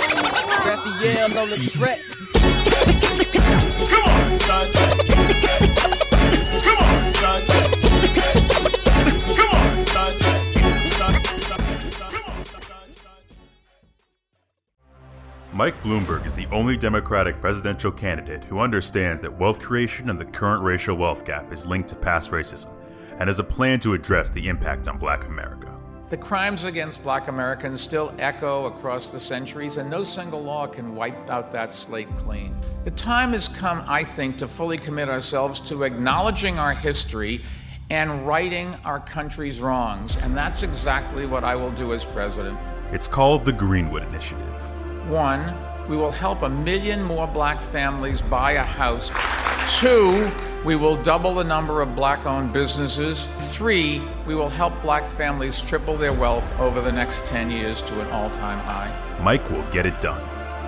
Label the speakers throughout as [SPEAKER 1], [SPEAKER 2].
[SPEAKER 1] Raphael's on the track.
[SPEAKER 2] Come on, son. Come on, son. Come on, son. Son, son, son. Come on, son.
[SPEAKER 3] Mike Bloomberg is the only Democratic presidential candidate who understands that wealth creation and the current racial wealth gap is linked to past racism and has a plan to address the impact on black America.
[SPEAKER 4] The crimes against black Americans still echo across the centuries, and no single law can wipe out that slate clean. The time has come, I think, to fully commit ourselves to acknowledging our history and righting our country's wrongs, and that's exactly what I will do as president.
[SPEAKER 3] It's called the Greenwood Initiative.
[SPEAKER 4] One, we will help a million more black families buy a house. Two, we will double the number of black owned businesses. Three, we will help black families triple their wealth over the next 10 years to an all time high.
[SPEAKER 3] Mike will get it done.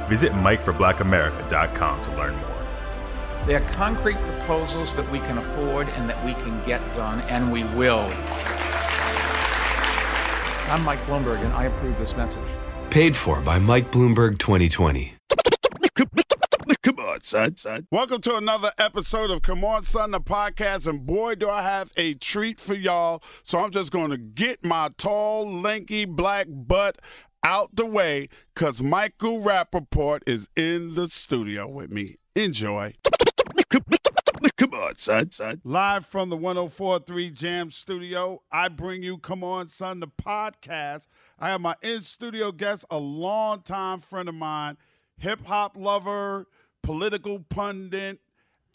[SPEAKER 3] Visit MikeForBlackAmerica.com to learn more.
[SPEAKER 4] They are concrete proposals that we can afford and that we can get done, and we will. I'm Mike Bloomberg, and I approve this message.
[SPEAKER 5] Paid for by Mike Bloomberg 2020.
[SPEAKER 2] Come on, son, son.
[SPEAKER 6] Welcome to another episode of Come On Son, the podcast. And boy, do I have a treat for y'all. So I'm just going to get my tall, lanky black butt out the way because Michael Rappaport is in the studio with me. Enjoy.
[SPEAKER 2] Come on, son, son.
[SPEAKER 6] Live from the 1043 Jam Studio, I bring you Come On Son, the podcast. I have my in studio guest, a longtime friend of mine, hip hop lover, political pundit,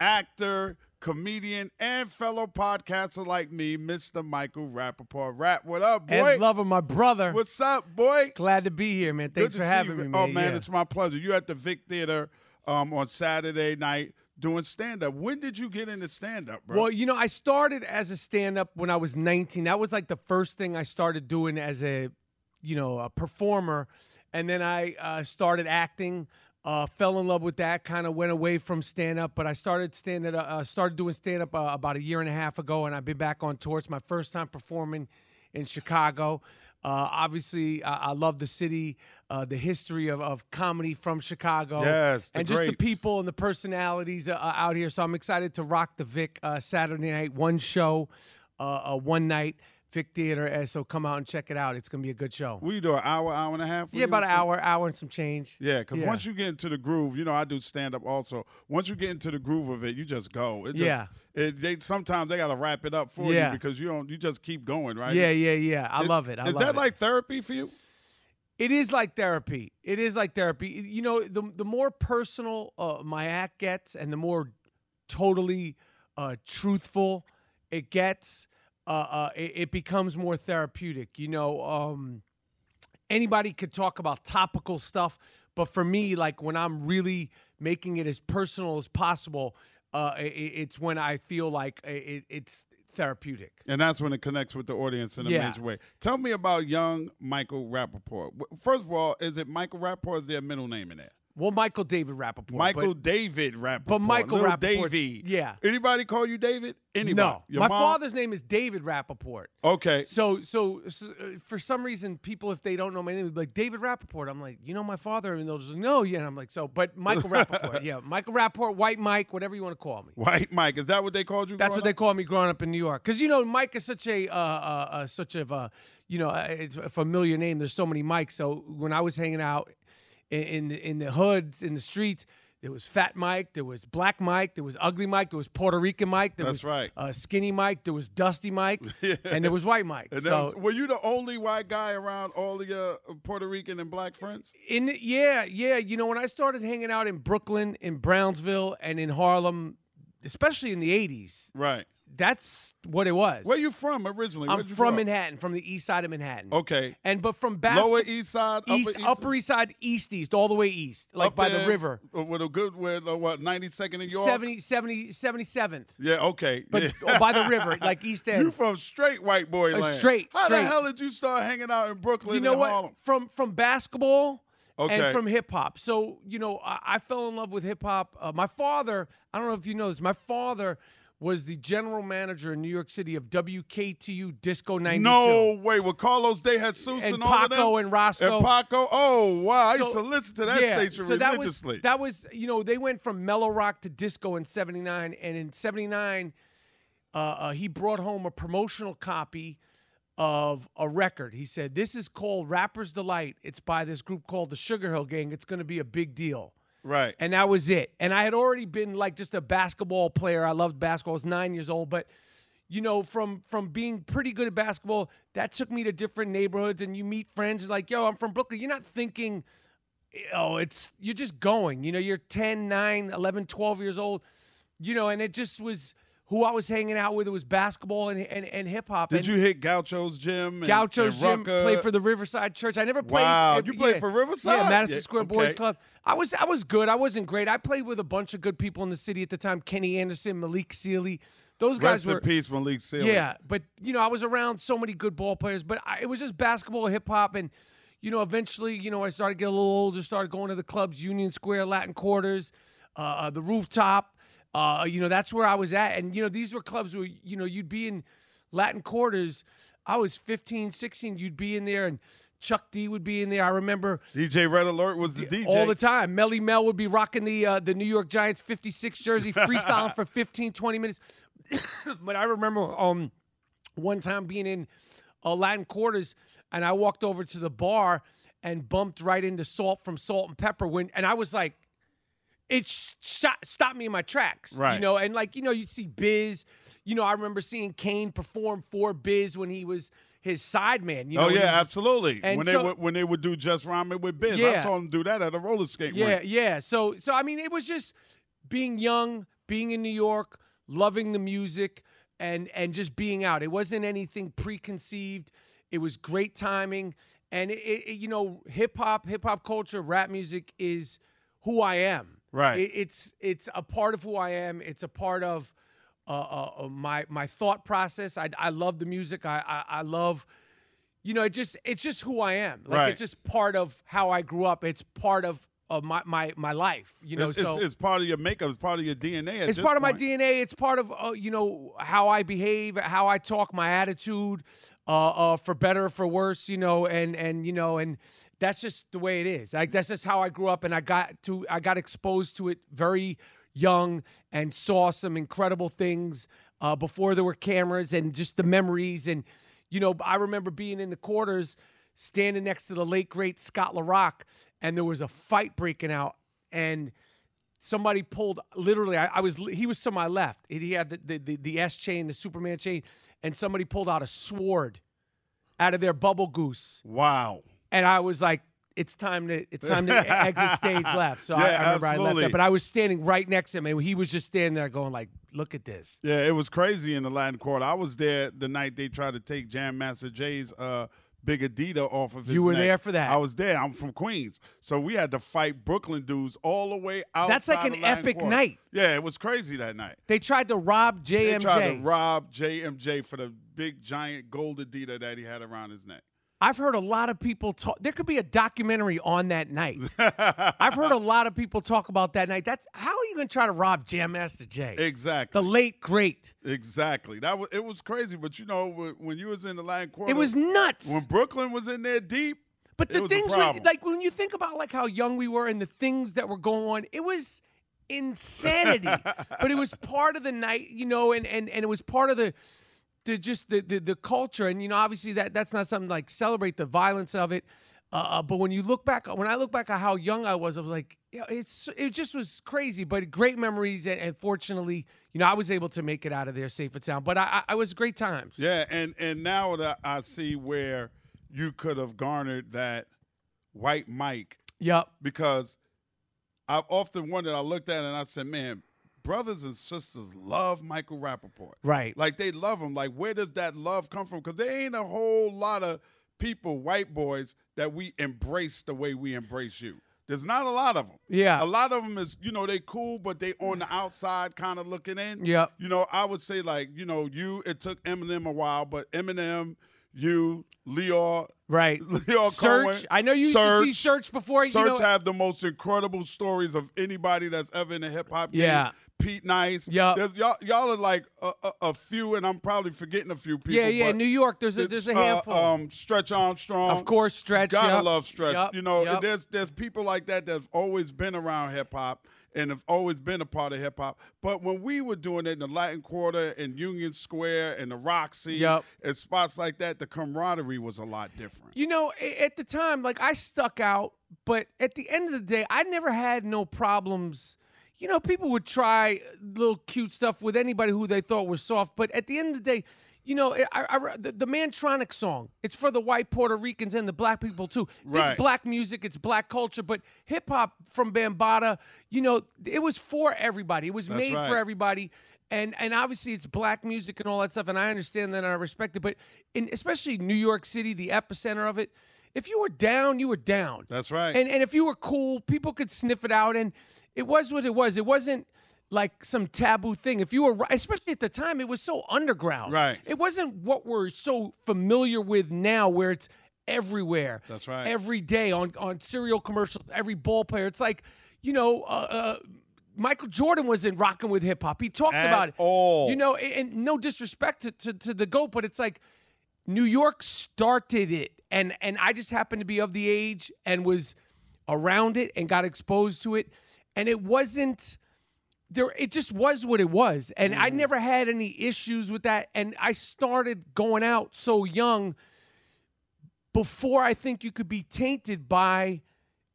[SPEAKER 6] actor, comedian, and fellow podcaster like me, Mr. Michael Rappaport. Rap, what up, boy?
[SPEAKER 7] And love of my brother.
[SPEAKER 6] What's up, boy?
[SPEAKER 7] Glad to be here, man. Thanks
[SPEAKER 6] Good
[SPEAKER 7] for
[SPEAKER 6] to see
[SPEAKER 7] having
[SPEAKER 6] you.
[SPEAKER 7] me, man.
[SPEAKER 6] Oh, man,
[SPEAKER 7] Yeah.
[SPEAKER 6] it's my pleasure. You at the Vic Theater um, on Saturday night doing stand up. When did you get into stand up, bro?
[SPEAKER 7] well, you know, I started as a stand-up when I was 19. That was like the first thing I started doing as a, you know, a performer, and then I uh, started acting. Uh, fell in love with that. Kind of went away from stand-up, but I started stand-up. Uh, started doing stand-up uh, about a year and a half ago, and I've been back on tour. It's my first time performing in Chicago. Uh, obviously, I, I love the city, uh, the history of, of comedy from Chicago,
[SPEAKER 6] Yes, the
[SPEAKER 7] and just the
[SPEAKER 6] greats.
[SPEAKER 7] people people and the personalities uh, uh, out here. So I'm excited to rock the Vic uh, Saturday night, one show, uh, uh, one night, Vic Theater. And so come out and check it out. It's gonna be a good show.
[SPEAKER 6] we do an hour, hour and a half. with
[SPEAKER 7] yeah,
[SPEAKER 6] you
[SPEAKER 7] about
[SPEAKER 6] and
[SPEAKER 7] an
[SPEAKER 6] stuff?
[SPEAKER 7] hour, hour and some change.
[SPEAKER 6] Yeah, because once you get into the groove, you know I do stand up also. Once you get into the groove of it, you just go. It just,
[SPEAKER 7] Yeah.
[SPEAKER 6] It, they sometimes they gotta wrap it up for
[SPEAKER 7] Yeah.
[SPEAKER 6] you because you don't. You just keep going, right?
[SPEAKER 7] yeah, yeah, yeah. I love it. I
[SPEAKER 6] Is
[SPEAKER 7] love
[SPEAKER 6] that
[SPEAKER 7] it.
[SPEAKER 6] like therapy for you?
[SPEAKER 7] It is like therapy. It is like therapy. You know, the the more personal uh, my act gets, and the more totally uh, truthful it gets, uh, uh, it, it becomes more therapeutic. You know, um, anybody could talk about topical stuff, but for me, like when I'm really making it as personal as possible, uh, i i- it's when I feel like i it, it's therapeutic.
[SPEAKER 6] And that's when it connects with the audience in a
[SPEAKER 7] Yeah.
[SPEAKER 6] major way. Tell me about young Michael Rappaport. Wh- First of all, is it Michael Rappaport? Or is there a middle name in there?
[SPEAKER 4] Well, Michael David Rappaport.
[SPEAKER 6] Michael
[SPEAKER 4] but,
[SPEAKER 6] David Rappaport.
[SPEAKER 4] But Michael
[SPEAKER 6] Little
[SPEAKER 4] Rappaport's-
[SPEAKER 6] Davy.
[SPEAKER 4] yeah.
[SPEAKER 6] Anybody call you David? Anybody?
[SPEAKER 4] No,
[SPEAKER 6] Your
[SPEAKER 4] my
[SPEAKER 6] mom?
[SPEAKER 4] father's name is David Rappaport.
[SPEAKER 6] Okay.
[SPEAKER 4] So, so, so, uh, for some reason, people if they don't know my name, they'll be like David Rappaport. I'm like, you know, my father, and they'll just like, no, yeah. And I'm like, so, but Michael Rappaport, yeah, Michael Rappaport, White Mike, whatever you want to call me.
[SPEAKER 6] White Mike. Is that what they called you?
[SPEAKER 4] That's what
[SPEAKER 6] growing
[SPEAKER 4] they
[SPEAKER 6] up?
[SPEAKER 4] call me growing up in New York, because you know Mike is such a uh, uh, uh, such of a you know uh, it's a familiar name. There's so many Mikes. So when I was hanging out in in the, in the hoods in the streets, there was Fat Mike, there was Black Mike, there was Ugly Mike, there was Puerto Rican Mike, there
[SPEAKER 6] That's
[SPEAKER 4] was
[SPEAKER 6] right.
[SPEAKER 4] uh, Skinny Mike, there was Dusty Mike, and there was White Mike.
[SPEAKER 6] And
[SPEAKER 4] so
[SPEAKER 6] so, were you the only white guy around all your uh, Puerto Rican and black friends?
[SPEAKER 4] in yeah yeah you know when I started hanging out in Brooklyn, in Brownsville, and in Harlem, especially in the '80s,
[SPEAKER 6] Right.
[SPEAKER 4] that's what it was.
[SPEAKER 6] Where you from originally?
[SPEAKER 4] I'm
[SPEAKER 6] Where'd you
[SPEAKER 4] from, Manhattan, from the east side of Manhattan.
[SPEAKER 6] Okay.
[SPEAKER 4] And but from basketball,
[SPEAKER 6] Lower East Side,
[SPEAKER 4] east,
[SPEAKER 6] Upper East
[SPEAKER 4] upper east side, east east, all the way east, like
[SPEAKER 6] Up
[SPEAKER 4] by the
[SPEAKER 6] there
[SPEAKER 4] river.
[SPEAKER 6] With a good, with uh, what, 92nd in York?
[SPEAKER 4] 70, 70, 77th.
[SPEAKER 6] Yeah, okay.
[SPEAKER 4] But
[SPEAKER 7] oh,
[SPEAKER 6] yeah.
[SPEAKER 4] by the river, like East End.
[SPEAKER 6] You from straight white boy
[SPEAKER 4] Uh,
[SPEAKER 6] land.
[SPEAKER 4] straight,
[SPEAKER 6] How
[SPEAKER 4] straight.
[SPEAKER 6] the hell did you start hanging out in Brooklyn
[SPEAKER 4] you know
[SPEAKER 6] and
[SPEAKER 4] what?
[SPEAKER 6] Harlem?
[SPEAKER 4] From from basketball
[SPEAKER 6] Okay.
[SPEAKER 4] and from hip hop. So you know, I, I fell in love with hip hop. Uh, my father, I don't know if you know this. My father was the general manager in New York City of WKTU Disco 92.
[SPEAKER 6] No way. With Carlos De Jesus and,
[SPEAKER 4] And
[SPEAKER 6] all of them?
[SPEAKER 4] Paco and Roscoe.
[SPEAKER 6] And Paco. Oh, wow. I used
[SPEAKER 4] So-
[SPEAKER 6] to listen to that
[SPEAKER 4] yeah,
[SPEAKER 6] station
[SPEAKER 4] so that was,
[SPEAKER 6] religiously.
[SPEAKER 4] that was, you know, they went from mellow rock to disco in '79, and in '79, uh, uh, he brought home a promotional copy of a record. He said, "This is called Rapper's Delight. It's by this group called the Sugar Hill Gang. It's going to be a big deal."
[SPEAKER 6] right.
[SPEAKER 4] And that was it. And I had already been like just a basketball player. I loved basketball. I was nine years old, but you know, from from being pretty good at basketball, that took me to different neighborhoods, and you meet friends and like, yo, I'm from Brooklyn. You're not thinking, oh, it's you're just going. You know, you're 10, 9, 11, 12 years old. You know, and it just was who I was hanging out with. It was basketball and and, and hip hop.
[SPEAKER 6] Did
[SPEAKER 4] and
[SPEAKER 6] you hit Gaucho's Gym? And,
[SPEAKER 4] Gaucho's
[SPEAKER 6] and
[SPEAKER 4] Gym
[SPEAKER 6] Rucka?
[SPEAKER 4] played for the Riverside Church. I never played.
[SPEAKER 6] Wow,
[SPEAKER 4] eh,
[SPEAKER 6] you played
[SPEAKER 4] yeah.
[SPEAKER 6] for Riverside?
[SPEAKER 4] Yeah, Madison
[SPEAKER 6] Yeah,
[SPEAKER 4] Square Boys
[SPEAKER 6] okay.
[SPEAKER 4] Club. I was I was good. I wasn't great. I played with a bunch of good people in the city at the time. Kenny Anderson, Malik Sealy, those
[SPEAKER 6] Rest
[SPEAKER 4] guys were.
[SPEAKER 6] in peace, Malik Sealy.
[SPEAKER 4] Yeah, but you know, I was around so many good ball players, but I, it was just basketball, hip hop, and you know, eventually, you know, I started getting a little older, started going to the clubs, Union Square, Latin Quarters, uh, uh, the rooftop. Uh, you know, that's where I was at, and you know, these were clubs where you know you'd be in Latin Quarters. I was 15, 16. You'd be in there, and Chuck D would be in there. I remember
[SPEAKER 6] DJ Red Alert was the DJ.
[SPEAKER 4] all the time. Melly Mel would be rocking the uh, the New York Giants 56 jersey, freestyling for 15, 20 minutes. but I remember um, one time being in uh, Latin Quarters, and I walked over to the bar and bumped right into Salt from Salt and Pepper. When and I was like, it sh- shot, stopped me in my tracks, You
[SPEAKER 6] Right.
[SPEAKER 4] know, and like you know, you'd see Biz. You know, I remember seeing Kane perform for Biz when he was his sideman. You know,
[SPEAKER 6] oh
[SPEAKER 4] when he was
[SPEAKER 6] yeah,
[SPEAKER 4] a-
[SPEAKER 6] absolutly.
[SPEAKER 4] and
[SPEAKER 6] When they
[SPEAKER 4] so-
[SPEAKER 6] would, when they would do just rhyming with Biz, I
[SPEAKER 4] Yeah.
[SPEAKER 6] saw them do that at a roller skate
[SPEAKER 4] Yeah,
[SPEAKER 6] rink.
[SPEAKER 4] yeah. So so I mean it was just being young, being in New York, loving the music and and just being out. It wasn't anything preconceived. It was great timing and it, it, it- you know hip hop, hip hop culture, rap music is who I am.
[SPEAKER 6] Right.
[SPEAKER 4] It- it's it's a part of who I am. It's a part of uh, uh, uh, my my thought process. I I love the music. I I, I love you know, it just it's just who I am. Like
[SPEAKER 6] Right.
[SPEAKER 4] it's just part of how I grew up. It's part of, of my, my my life. You know,
[SPEAKER 6] it's,
[SPEAKER 4] so
[SPEAKER 6] it's, it's part of your makeup. It's part of your DNA. at
[SPEAKER 4] it's
[SPEAKER 6] this
[SPEAKER 4] part of my
[SPEAKER 6] point.
[SPEAKER 4] DNA. It's part of uh, you know how I behave, how I talk, my attitude, uh, uh, for better or for worse. You know, and and you know, and that's just the way it is. Like that's just how I grew up, and I got to I got exposed to it very young and saw some incredible things uh, before there were cameras and just the memories and you know I remember being in the quarters standing next to the late great Scott LaRock and there was a fight breaking out and somebody pulled literally I, I was he was to my left and he had the, the, the, the s chain the superman chain and somebody pulled out a sword out of their bubble goose
[SPEAKER 6] Wow.
[SPEAKER 4] and i was like it's time to it's time to e- exit stage left so I,
[SPEAKER 6] Yeah,
[SPEAKER 4] I remember i left
[SPEAKER 6] absolutely.
[SPEAKER 4] that but i was standing right next to him and he was just standing there going like look at this
[SPEAKER 6] Yeah, it was crazy in the Latin Quarter. I was there the night they tried to take Jam Master Jay's uh, Big Adidas off of his
[SPEAKER 4] You were
[SPEAKER 6] neck.
[SPEAKER 4] there for that.
[SPEAKER 6] I was there. I'm from Queens. So we had to fight Brooklyn dudes all the way out.
[SPEAKER 4] That's like an epic night.
[SPEAKER 6] Yeah, it was crazy that night.
[SPEAKER 4] they tried to rob jmj
[SPEAKER 6] They tried to rob JMJ for the big giant gold Adidas that he had around his neck.
[SPEAKER 4] I've heard a lot of people talk. There could be a documentary on that night. I've heard a lot of people talk about that night. That how are you going to try to rob Jam Master Jay?
[SPEAKER 6] Exactly.
[SPEAKER 4] The late great.
[SPEAKER 6] Exactly. That was it was crazy, but you know wh- when you was in the Latin Quarter,
[SPEAKER 4] It was nuts.
[SPEAKER 6] When Brooklyn was in there deep,
[SPEAKER 4] But
[SPEAKER 6] it
[SPEAKER 4] the
[SPEAKER 6] was
[SPEAKER 4] things,
[SPEAKER 6] a
[SPEAKER 4] we,
[SPEAKER 6] problem.
[SPEAKER 4] like when you think about like how young we were and the things that were going on, it was insanity. but it was part of the night, you know, and and and it was part of the the just the the, the culture. And you know, obviously that that's not something to, like celebrate the violence of it. Uh, but when you look back, when I look back at how young I was, I was like, yeah, it's it just was crazy. But great memories, and, and fortunately, you know, I was able to make it out of there safe and sound. But I, I, I was great times.
[SPEAKER 6] Yeah, and and now that I see where you could have garnered that white mic.
[SPEAKER 4] Yep.
[SPEAKER 6] Because I've often wondered. I looked at it and I said, "Man, brothers and sisters love Michael Rappaport.
[SPEAKER 4] Right.
[SPEAKER 6] Like they love him. Like where does that love come from? Because there ain't a whole lot of people, white boys, that we embrace the way we embrace you. There's not a lot of them.
[SPEAKER 4] Yeah.
[SPEAKER 6] A lot of them is, you know, they cool, but they on the outside kind of looking in.
[SPEAKER 4] Yep.
[SPEAKER 6] You know, I would say like, you know, you it took Eminem a while, but Eminem, you, Leo,
[SPEAKER 4] Right.
[SPEAKER 6] Leo
[SPEAKER 4] Search.
[SPEAKER 6] Cohen,
[SPEAKER 4] I know you used to see Search before, you
[SPEAKER 6] Search
[SPEAKER 4] know-
[SPEAKER 6] have the most incredible stories of anybody that's ever in the hip hop game.
[SPEAKER 4] Yeah.
[SPEAKER 6] Pete Nice.
[SPEAKER 4] Yup.
[SPEAKER 6] There's- Y'all, y'all are like a, a, a few, and I'm probably forgetting a few people.
[SPEAKER 4] Yeah, yeah,
[SPEAKER 6] but
[SPEAKER 4] New York, there's a-
[SPEAKER 6] it's,
[SPEAKER 4] there's a
[SPEAKER 6] uh,
[SPEAKER 4] handful.
[SPEAKER 6] um, Stretch Armstrong.
[SPEAKER 4] Of course, Stretch,
[SPEAKER 6] Gotta
[SPEAKER 4] yup,
[SPEAKER 6] love Stretch.
[SPEAKER 4] yup,
[SPEAKER 6] You know,
[SPEAKER 4] yup.
[SPEAKER 6] there's there's people like that that've always been around hip hop and have always been a part of hip hop. But when we were doing it in the Latin Quarter and Union Square and the Roxy
[SPEAKER 4] Yup.
[SPEAKER 6] and spots like that, the camaraderie was a lot different.
[SPEAKER 4] You know, a- at the time, like I stuck out, but at the end of the day, I never had no problems. You know, people would try little cute stuff with anybody who they thought was soft, but at the end of the day, you know, I, I- the, the Mantronic song, it's for the white Puerto Ricans and the black people too. This
[SPEAKER 6] Right.
[SPEAKER 4] black music, it's black culture, but hip hop from Bambata, you know, it was for everybody. It was
[SPEAKER 6] That's
[SPEAKER 4] made for
[SPEAKER 6] right.
[SPEAKER 4] everybody everybody and and obviously it's black music and all that stuff and i understand that and i respect it but in especially new york city the epicenter of it if you were down you were down
[SPEAKER 6] That's right.
[SPEAKER 4] and and if you were cool people could sniff it out and it was what it was it wasn't like some taboo thing if you were ri- especially at the time it was so underground
[SPEAKER 6] Right.
[SPEAKER 4] it wasn't what we're so familiar with now where it's everywhere
[SPEAKER 6] That's right.
[SPEAKER 4] every day on on cereal commercials every ball player it's like you know uh, uh Michael Jordan was in rocking with hip hop. He talked
[SPEAKER 6] At
[SPEAKER 4] about it.
[SPEAKER 6] all.
[SPEAKER 4] You know, and, and no disrespect to, to, to the GOAT, but it's like New York started it. And and I just happened to be of the age and was around it and got exposed to it. And it wasn't there it just was what it was. And I never had any issues with that. And I started going out so young before I think you could be tainted by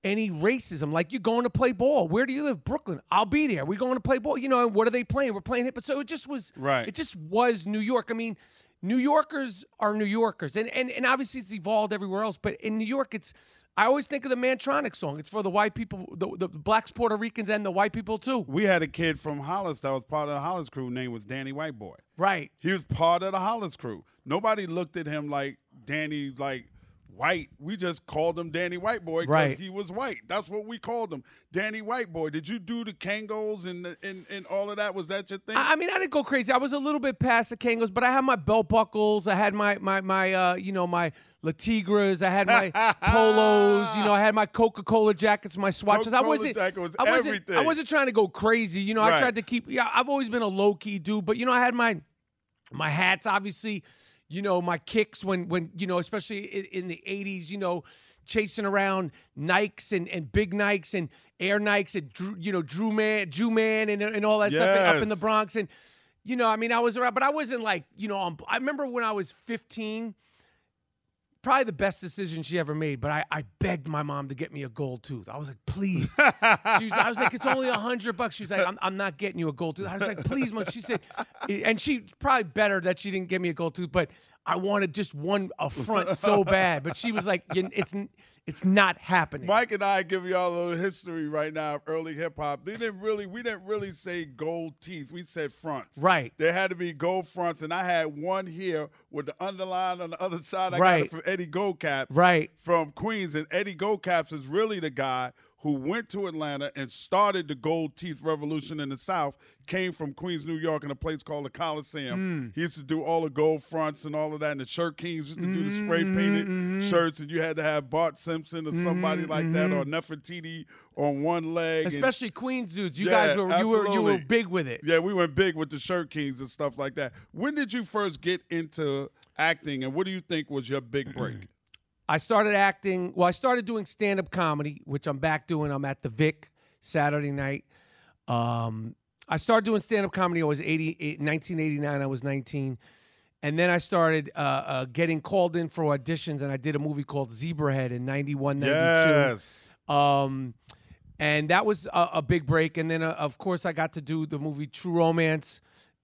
[SPEAKER 4] any racism. Like you're going to play ball. Where do you live? Brooklyn. I'll be there. We're going to play ball. You know, and what are they playing? We're playing it. But so it just was
[SPEAKER 6] Right.
[SPEAKER 4] it just was New York. I mean, New Yorkers are New Yorkers. And and and obviously it's evolved everywhere else, but in New York it's I always think of the Mantronic song. It's for the white people, the, the blacks, Puerto Ricans, and the white people too.
[SPEAKER 6] We had a kid from Hollis that was part of the Hollis crew. Name was Danny Whiteboy.
[SPEAKER 4] Right.
[SPEAKER 6] He was part of the Hollis crew. Nobody looked at him like Danny, like white. We just called him Danny Whiteboy because
[SPEAKER 4] Right.
[SPEAKER 6] he was white. That's what we called him, Danny Whiteboy. Did you do the Kangos and the, and and all of that? Was that your thing?
[SPEAKER 4] I I mean, I didn't go crazy. I was a little bit past the Kangos, but I had my belt buckles. I had my my my uh, you know my Latigras. I had my polos. You know, I had my Coca Cola jackets, my swatches. I
[SPEAKER 6] Coca-Cola
[SPEAKER 4] wasn't.
[SPEAKER 6] jacket was
[SPEAKER 4] I wasn't. I
[SPEAKER 6] everything.
[SPEAKER 4] wasn't trying to go crazy. You know, I
[SPEAKER 6] Right.
[SPEAKER 4] tried to keep. Yeah, I've always been a low key dude, but you know, I had my my hats obviously you know my kicks when when you know especially in, in the 80s you know chasing around nikes and, and big nikes and air nikes and drew, you know drew man drew man and, and all that stuff up in the
[SPEAKER 6] Yes.
[SPEAKER 4] bronx and you know i mean i was around but i wasn't like you know i i remember when i was 15 probably the best decision she ever made but i i begged my mom to get me a gold tooth i was like please she was, I was like, it's only a hundred bucks. She's like, I'm, I'm not getting you a gold tooth. I was like, please, mom. She said, and she probably better that she didn't give me a gold tooth, but I wanted just one affront so bad. But she was like, "You- it's it's not happening.
[SPEAKER 6] Mike and I give y'all a little history right now of early hip hop. They didn't really, we didn't really say gold teeth. We said fronts.
[SPEAKER 4] Right.
[SPEAKER 6] There had to be gold fronts, and I had one here with the underline on the other side. I got
[SPEAKER 4] Right.
[SPEAKER 6] it from Eddie Goldcap.
[SPEAKER 4] Right.
[SPEAKER 6] From Queens, and Eddie Goldcaps is really the guy who went to Atlanta and started the gold teeth revolution in the South came from Queens, New York, in a place called the Coliseum.
[SPEAKER 4] Mm.
[SPEAKER 6] He used to do all the gold fronts and all of that, and the shirt kings used to do the spray
[SPEAKER 4] Mm-hmm,
[SPEAKER 6] painted shirts, and you had to have Bart Simpson or somebody like that, or Nefertiti on one leg. and-
[SPEAKER 4] Mm-hmm, Especially Queens dudes. You
[SPEAKER 6] Yeah,
[SPEAKER 4] guys were you were you were
[SPEAKER 6] absolutely.
[SPEAKER 4] big with it.
[SPEAKER 6] Yeah, we went big with the shirt kings and stuff like that. When did you first get into acting, and what do you think was your big break?
[SPEAKER 4] I started acting. Well, I started doing stand up comedy, which I'm back doing. I'm at the Vic Saturday night. Um, I started doing stand up comedy. I was 88, 1989. I was 19. And then I started uh, uh, getting called in for auditions, and I did a movie called Zebrahead in 91, 92.
[SPEAKER 6] Yes.
[SPEAKER 4] Um, and that was a, a big break. And then, uh, of course, I got to do the movie True Romance,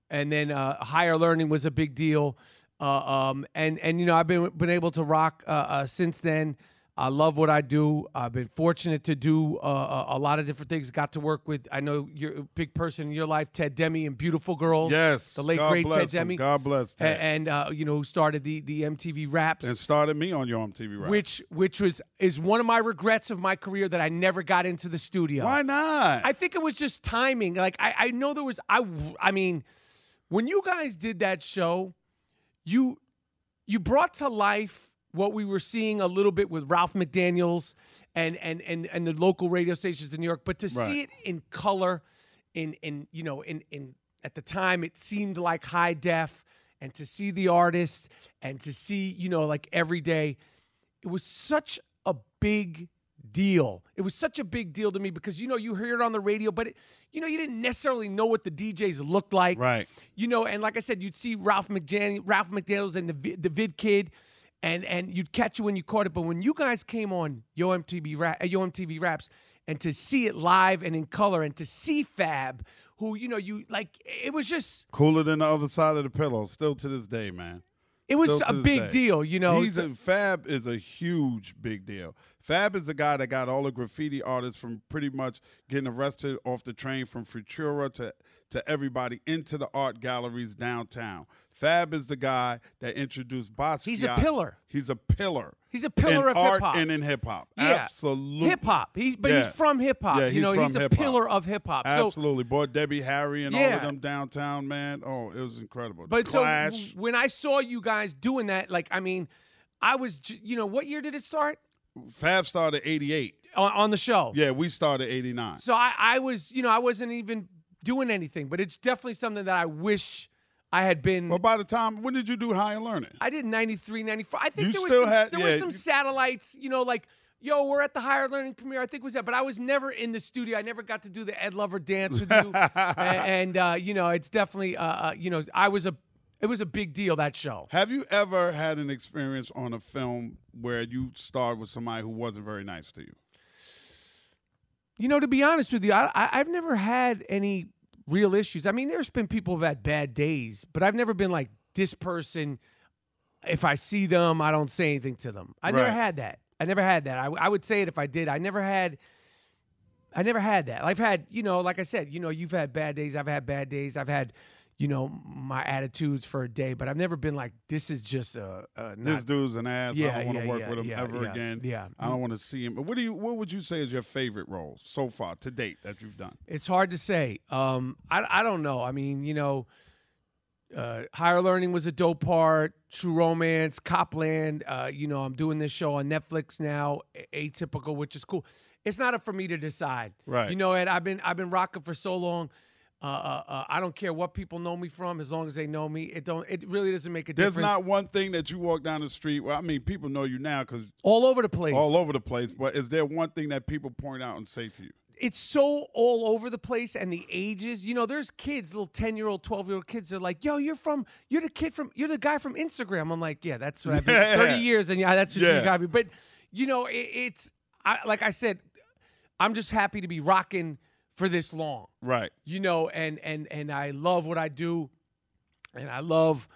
[SPEAKER 4] and then uh, Higher Learning was a big deal. Uh, um, and and you know, I've been been able to rock uh, uh, since then. I love what I do. I've been fortunate to do uh, a, a lot of different things. Got to work with I know you're a big person in your life, Ted Demi and Beautiful Girls.
[SPEAKER 6] Yes,
[SPEAKER 4] the late
[SPEAKER 6] God
[SPEAKER 4] great Ted
[SPEAKER 6] bless him.
[SPEAKER 4] Demi.
[SPEAKER 6] God bless
[SPEAKER 4] A-
[SPEAKER 6] Ted.
[SPEAKER 4] And, uh, you know, who started the the MTV Raps
[SPEAKER 6] And started me on your MTV rap.
[SPEAKER 4] which which was is one of my regrets of my career that I never got into the studio.
[SPEAKER 6] Why not?
[SPEAKER 4] I think it was just timing. Like I, I know there was I I mean, when you guys did that show, you you brought to life what we were seeing a little bit with Ralph McDaniels and and and and the local radio stations in New York, but to see it
[SPEAKER 6] Right.
[SPEAKER 4] in color, in in you know in in at the time it seemed like high def, and to see the artist and to see you know like every day, it was such a big deal. It was such a big deal to me because you know you hear it on the radio, but it, you know you didn't necessarily know what the DJs looked like,
[SPEAKER 6] Right.
[SPEAKER 4] You know, and like I said, you'd see Ralph McDaniel, Ralph McDaniel's, and the Vi- the Vid Kid, and and you'd catch it when you caught it. But when you guys came on Yo MTV Rap, uh, Yo MTV Raps, and to see it live and in color, and to see Fab, who you know you like, it was just.
[SPEAKER 6] Cooler than the other side of the pillow, still to this day, man.
[SPEAKER 4] It was
[SPEAKER 6] Still to
[SPEAKER 4] a
[SPEAKER 6] this
[SPEAKER 4] big
[SPEAKER 6] day.
[SPEAKER 4] deal, you know.
[SPEAKER 6] He's a, Fab is a huge big deal. Fab is the guy that got all the graffiti artists from pretty much getting arrested off the train from Futura to to everybody into the art galleries downtown. Fab is the guy that introduced Basquiat.
[SPEAKER 4] He's a pillar.
[SPEAKER 6] He's a pillar.
[SPEAKER 4] He's a pillar
[SPEAKER 6] in
[SPEAKER 4] of
[SPEAKER 6] art
[SPEAKER 4] hip-hop.
[SPEAKER 6] and in hip hop.
[SPEAKER 4] Yeah.
[SPEAKER 6] Absolutely.
[SPEAKER 4] Hip hop. He's but
[SPEAKER 6] Yeah.
[SPEAKER 4] he's from hip hop.
[SPEAKER 6] Yeah,
[SPEAKER 4] you know,
[SPEAKER 6] from
[SPEAKER 4] he's a
[SPEAKER 6] hip-hop.
[SPEAKER 4] pillar of hip hop. So
[SPEAKER 6] Absolutely. Boy, Debbie Harry and all
[SPEAKER 4] Yeah.
[SPEAKER 6] of them downtown, man. Oh, it was incredible. The
[SPEAKER 4] But so
[SPEAKER 6] Clash,
[SPEAKER 4] w- when I saw you guys doing that, like I mean, I was j- you know what year did it start
[SPEAKER 6] Fab started 88.
[SPEAKER 4] on, on the show?
[SPEAKER 6] Yeah, we started 89.
[SPEAKER 4] So I I was you know I wasn't even doing anything, but it's definitely something that I wish I had been.
[SPEAKER 6] Well, by the time, when did you do Higher Learning?
[SPEAKER 4] I did 93, 94. I think
[SPEAKER 6] You
[SPEAKER 4] there was
[SPEAKER 6] still
[SPEAKER 4] some,
[SPEAKER 6] had-
[SPEAKER 4] there
[SPEAKER 6] yeah,
[SPEAKER 4] was some
[SPEAKER 6] you-
[SPEAKER 4] satellites, you know, like yo, we're at the higher learning premiere. I think it was that, but I was never in the studio. I never got to do the Ed Lover dance with you, A- and, uh, you know, it's definitely uh, uh, you know I was a it was a big deal that show.
[SPEAKER 6] Have you ever had an experience on a film where you starred with somebody who wasn't very nice to you?
[SPEAKER 4] You know, to be honest with you, I, I I've never had any real issues. I mean, there's been people who've had bad days, but I've never been like this person. If I see them, I don't say anything to them. I never
[SPEAKER 6] Right.
[SPEAKER 4] had that. I never had that. I, w- I would say it if I did. I never had. I never had that. I've had, you know, like I said, you know, you've had bad days. I've had bad days. I've had, you know, my attitudes for a day, but I've never been like, this is just a, a
[SPEAKER 6] This
[SPEAKER 4] not-
[SPEAKER 6] dude's an ass. I
[SPEAKER 4] Yeah,
[SPEAKER 6] don't want to
[SPEAKER 4] yeah,
[SPEAKER 6] work
[SPEAKER 4] yeah,
[SPEAKER 6] with him
[SPEAKER 4] yeah,
[SPEAKER 6] ever
[SPEAKER 4] yeah,
[SPEAKER 6] again.
[SPEAKER 4] yeah.
[SPEAKER 6] I don't want to see him. But what do you? What would you say is your favorite role so far to date that you've done?
[SPEAKER 4] It's hard to say. Um, I I don't know. I mean, you know, uh, higher learning was a dope part. True Romance, Copland. Uh, you know, I'm doing this show on Netflix now. A- Atypical, which is cool. It's not up for me to decide.
[SPEAKER 6] Right.
[SPEAKER 4] You know, Ed. I've been I've been rocking for so long. Uh, uh, uh, I don't care what people know me from, as long as they know me. It don't. It really doesn't make a
[SPEAKER 6] There's
[SPEAKER 4] difference.
[SPEAKER 6] not one thing that you walk down the street. Well, I mean, people know you now because
[SPEAKER 4] all over the place.
[SPEAKER 6] all over the place. But is there one thing that people point out and say to you?
[SPEAKER 4] it's so all over the place and the ages. You know, there's kids, little 10 year old, 12 year old kids, they're like, yo, you're from, you're the kid from, you're the guy from Instagram. I'm like, yeah, that's what I've been
[SPEAKER 6] Yeah.
[SPEAKER 4] 30 years and yeah, that's what
[SPEAKER 6] Yeah.
[SPEAKER 4] you got me. But, you know, it, it's, I, like I said, I'm just happy to be rocking for this long,
[SPEAKER 6] Right.
[SPEAKER 4] you know, and, and, and I love what I do and I love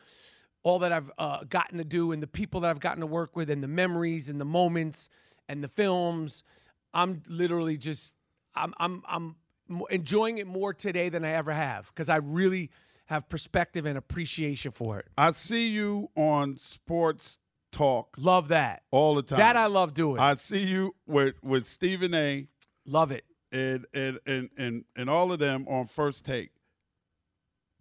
[SPEAKER 4] all that I've uh, gotten to do and the people that I've gotten to work with and the memories and the moments and the films. I'm literally just I'm I'm I'm mo- enjoying it more today than I ever have because I really have perspective and appreciation for it.
[SPEAKER 6] I see you on sports talk
[SPEAKER 4] Love that.
[SPEAKER 6] all the time.
[SPEAKER 4] That I love doing.
[SPEAKER 6] I see you with with Stephen A.
[SPEAKER 4] Love it.
[SPEAKER 6] And and and and, and all of them on first take.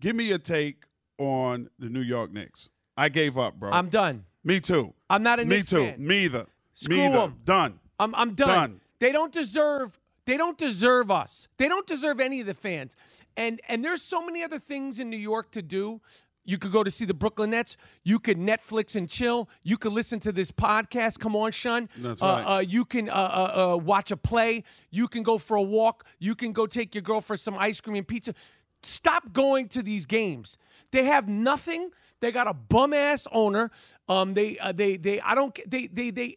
[SPEAKER 6] Give me a take on the New York Knicks. I gave up, bro.
[SPEAKER 4] I'm done.
[SPEAKER 6] Me too.
[SPEAKER 4] I'm not a
[SPEAKER 6] Me
[SPEAKER 4] Knicks
[SPEAKER 6] too.
[SPEAKER 4] fan.
[SPEAKER 6] Me either.
[SPEAKER 4] Screw
[SPEAKER 6] Me either.
[SPEAKER 4] 'em.
[SPEAKER 6] Done.
[SPEAKER 4] I'm, I'm done.
[SPEAKER 6] Done.
[SPEAKER 4] They don't deserve. They don't deserve us. They don't deserve any of the fans. And and there's so many other things in New York to do. You could go to see the Brooklyn Nets. You could Netflix and chill. You could listen to this podcast. Come on, Sean.
[SPEAKER 6] That's
[SPEAKER 4] Uh,
[SPEAKER 6] right.
[SPEAKER 4] uh, you can uh, uh, uh, watch a play. You can go for a walk. You can go take your girl for some ice cream and pizza. Stop going to these games. They have nothing. They got a bum ass owner. Um, they uh, they they I don't ca- they they they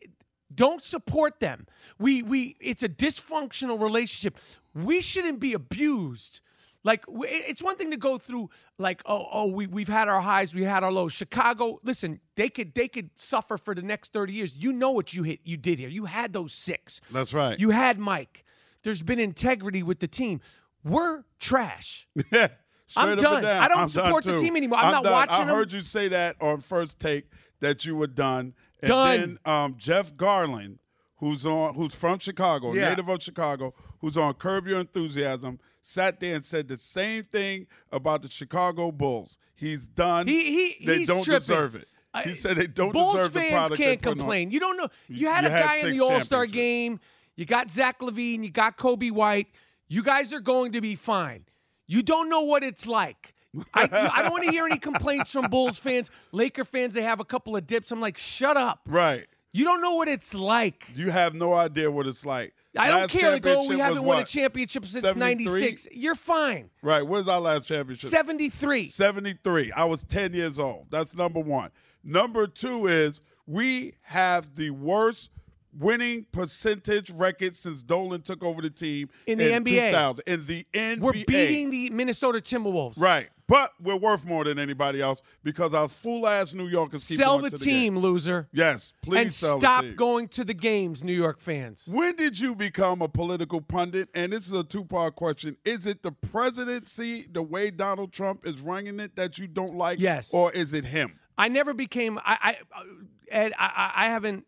[SPEAKER 4] don't support them. We we it's a dysfunctional relationship. We shouldn't be abused. Like w- it- it's one thing to go through like oh oh we we've had our highs, we had our lows. Chicago, listen, they could they could suffer for the next 30 years. You know what you hit you did here. You had those six.
[SPEAKER 6] That's right.
[SPEAKER 4] You had Mike. There's been integrity with the team. We're trash.
[SPEAKER 6] Straight up and
[SPEAKER 4] done.
[SPEAKER 6] down.
[SPEAKER 4] I don't
[SPEAKER 6] I'm done,
[SPEAKER 4] support the
[SPEAKER 6] too.
[SPEAKER 4] team anymore. I'm not
[SPEAKER 6] done.
[SPEAKER 4] watching
[SPEAKER 6] I
[SPEAKER 4] them.
[SPEAKER 6] heard you say that on first take that you were done. And
[SPEAKER 4] Done.
[SPEAKER 6] then um, Jeff Garland, who's on, who's from Chicago,
[SPEAKER 4] Yeah.
[SPEAKER 6] native of Chicago, who's on Curb Your Enthusiasm, sat there and said the same thing about the Chicago Bulls. He's done.
[SPEAKER 4] He, he
[SPEAKER 6] they
[SPEAKER 4] he's
[SPEAKER 6] don't
[SPEAKER 4] tripping.
[SPEAKER 6] deserve it. He
[SPEAKER 4] I-
[SPEAKER 6] said they don't
[SPEAKER 4] Bulls
[SPEAKER 6] deserve the
[SPEAKER 4] fans
[SPEAKER 6] product.
[SPEAKER 4] can't
[SPEAKER 6] they put on.
[SPEAKER 4] complain. You don't know. You
[SPEAKER 6] You-
[SPEAKER 4] had
[SPEAKER 6] you
[SPEAKER 4] a
[SPEAKER 6] had
[SPEAKER 4] guy in
[SPEAKER 6] six
[SPEAKER 4] the All Star
[SPEAKER 6] championships.
[SPEAKER 4] game. You got Zach Levine. You got Kobe White. You guys are going to be fine. You don't know what it's like. I, I don't want to hear any complaints from Bulls fans, Laker fans. They have a couple of dips. I'm like, shut up.
[SPEAKER 6] Right.
[SPEAKER 4] You don't know what it's like.
[SPEAKER 6] You have no idea what it's like.
[SPEAKER 4] I don't
[SPEAKER 6] Last
[SPEAKER 4] care. Like, oh, we
[SPEAKER 6] championship
[SPEAKER 4] haven't
[SPEAKER 6] was
[SPEAKER 4] won a
[SPEAKER 6] what?
[SPEAKER 4] championship since
[SPEAKER 6] 73?
[SPEAKER 4] '96. You're fine.
[SPEAKER 6] Right. Where's our last championship?
[SPEAKER 4] Seventy-three.
[SPEAKER 6] 73. I was 10 years old. That's number one. Number two is we have the worst winning percentage record since Dolan took over the team
[SPEAKER 4] In the NBA.
[SPEAKER 6] 2000. In the NBA.
[SPEAKER 4] We're beating the Minnesota Timberwolves.
[SPEAKER 6] Right. But we're worth more than anybody else because our fool ass New Yorkers keep
[SPEAKER 4] Sell
[SPEAKER 6] going
[SPEAKER 4] the
[SPEAKER 6] to
[SPEAKER 4] team,
[SPEAKER 6] game.
[SPEAKER 4] loser.
[SPEAKER 6] Yes, please
[SPEAKER 4] and
[SPEAKER 6] sell the
[SPEAKER 4] stop
[SPEAKER 6] team.
[SPEAKER 4] going to the games, New York fans.
[SPEAKER 6] When did you become a political pundit? And this is a two part question. Is it the presidency, the way Donald Trump is running it, that you don't like?
[SPEAKER 4] Yes.
[SPEAKER 6] Or is it him?
[SPEAKER 4] I never became. I, I uh, Ed, I, I I haven't.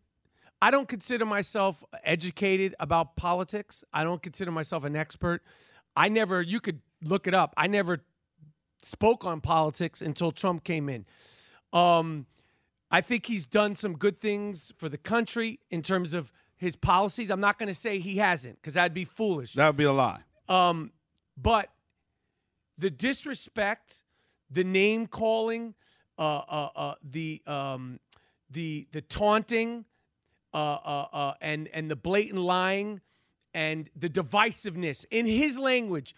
[SPEAKER 4] I don't consider myself educated about politics. I don't consider myself an expert. I never. You could look it up. I never spoke on politics until Trump came in. Um, I think he's done some good things for the country in terms of his policies. I'm not going to say he hasn't because that'd be foolish.
[SPEAKER 6] That would be a lie.
[SPEAKER 4] Um, but the disrespect, the name calling, uh, uh, uh, the um, the the taunting, uh, uh, uh, and and the blatant lying, and the divisiveness in his language.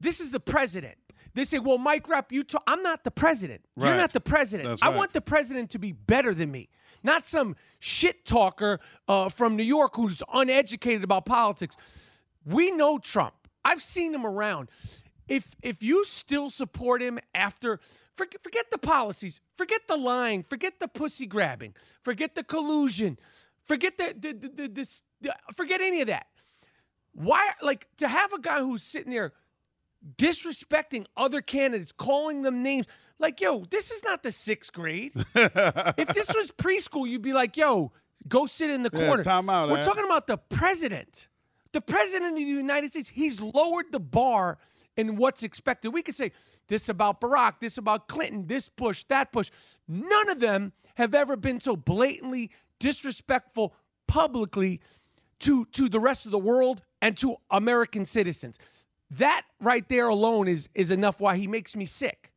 [SPEAKER 4] This is the president. They say, "Well, Mike Rapp, you talk." I'm not the president. You're
[SPEAKER 6] Right.
[SPEAKER 4] not the president.
[SPEAKER 6] That's
[SPEAKER 4] I
[SPEAKER 6] right.
[SPEAKER 4] want the president to be better than me, not some shit talker uh, from New York who's uneducated about politics. We know Trump. I've seen him around. If if you still support him after forget, forget the policies, forget the lying, forget the pussy grabbing, forget the collusion, forget the, the, the, the, this- the forget any of that. Why like to have a guy who's sitting there disrespecting other candidates, calling them names. Like, yo, this is not the sixth grade. if this was preschool, you'd be like, yo, go sit in the
[SPEAKER 6] Yeah,
[SPEAKER 4] corner.
[SPEAKER 6] time out,
[SPEAKER 4] We're
[SPEAKER 6] eh?
[SPEAKER 4] talking about the president. The president of the United States, he's lowered the bar in what's expected. We could say this about Barack, this about Clinton, this Bush, that Bush. None of them have ever been so blatantly disrespectful publicly to to the rest of the world and to American citizens. That right there alone is is enough why he makes me sick.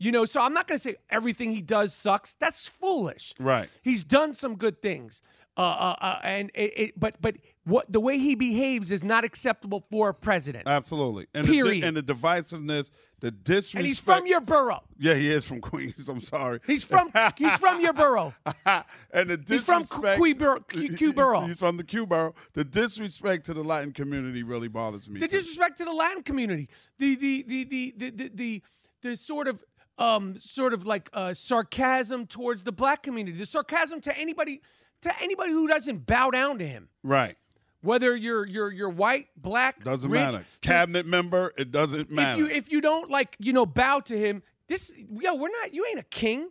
[SPEAKER 4] You know, so I'm not going to say everything he does sucks. That's foolish.
[SPEAKER 6] Right.
[SPEAKER 4] He's done some good things, uh, uh, uh, and it, it, but but what the way he behaves is not acceptable for a president.
[SPEAKER 6] Absolutely. And The,
[SPEAKER 4] Period.
[SPEAKER 6] di- and the divisiveness, the disrespect.
[SPEAKER 4] and he's from your borough.
[SPEAKER 6] Yeah, he is from Queens. I'm sorry.
[SPEAKER 4] He's from he's from your borough.
[SPEAKER 6] and the disrespect.
[SPEAKER 4] He's from Que- Quebor- Que- Queborough.
[SPEAKER 6] He's from the Q Borough. The disrespect to the Latin community really bothers me.
[SPEAKER 4] The disrespect to the Latin community. The the the the the the, the, the sort of um sort of like uh, sarcasm towards the black community. The sarcasm to anybody to anybody who doesn't bow down to him.
[SPEAKER 6] right.
[SPEAKER 4] Whether you're you're you're white, black,
[SPEAKER 6] Doesn't
[SPEAKER 4] rich,
[SPEAKER 6] matter. Cabinet member, it doesn't
[SPEAKER 4] if
[SPEAKER 6] matter.
[SPEAKER 4] you if you don't like you know bow to him this yo we're not you ain't a king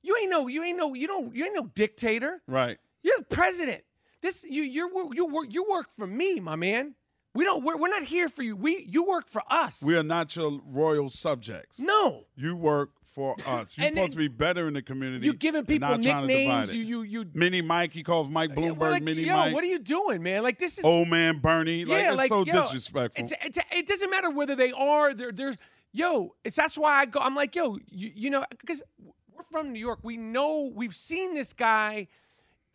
[SPEAKER 4] you ain't no you ain't no you don't you ain't no dictator
[SPEAKER 6] right.
[SPEAKER 4] you're the president This you you you work you work for me, my man. We don't we're, we're not here for you. We you work for us.
[SPEAKER 6] We are not your royal subjects.
[SPEAKER 4] No.
[SPEAKER 6] You work for us. You're
[SPEAKER 4] And
[SPEAKER 6] supposed
[SPEAKER 4] then-
[SPEAKER 6] to be better in the community.
[SPEAKER 4] You're giving
[SPEAKER 6] and
[SPEAKER 4] people
[SPEAKER 6] not trying to divide
[SPEAKER 4] nicknames,
[SPEAKER 6] it.
[SPEAKER 4] you- you- you-
[SPEAKER 6] Mini Mike. He calls Mike
[SPEAKER 4] Yeah,
[SPEAKER 6] Bloomberg
[SPEAKER 4] we're like,
[SPEAKER 6] Mini
[SPEAKER 4] yo,
[SPEAKER 6] Mike.
[SPEAKER 4] what are you doing, man? Like this is
[SPEAKER 6] Old man Bernie. Like, it's so
[SPEAKER 4] yo,
[SPEAKER 6] disrespectful.
[SPEAKER 4] it's- it's- it doesn't matter whether they are. They're, they're yo. It's that's why I go. I'm like yo. You, you know because we're from New York. We know we've seen this guy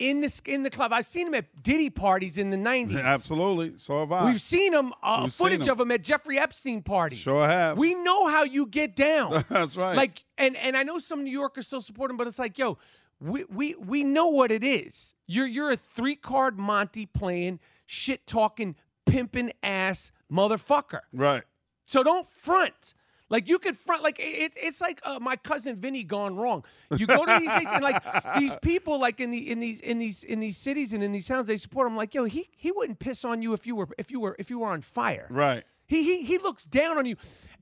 [SPEAKER 4] in this in the club. I've seen him at Diddy parties in the '90s.
[SPEAKER 6] Absolutely. So have I.
[SPEAKER 4] We've seen him uh,
[SPEAKER 6] We've seen
[SPEAKER 4] footage
[SPEAKER 6] him.
[SPEAKER 4] of him at Jeffrey Epstein parties.
[SPEAKER 6] Sure have.
[SPEAKER 4] We know how you get down.
[SPEAKER 6] That's right.
[SPEAKER 4] Like and and I know some New Yorkers still support him, but it's like, yo, we we we know what it is. You're you're a three card Monty playing shit talking pimping ass motherfucker.
[SPEAKER 6] Right.
[SPEAKER 4] So don't front. Like you could front like it, it's like uh, my cousin Vinny gone wrong. You go to these things and like these people like in the in these in these in these cities and in these towns they support him like yo he he wouldn't piss on you if you were if you were if you were on fire.
[SPEAKER 6] Right.
[SPEAKER 4] He he he looks down on you,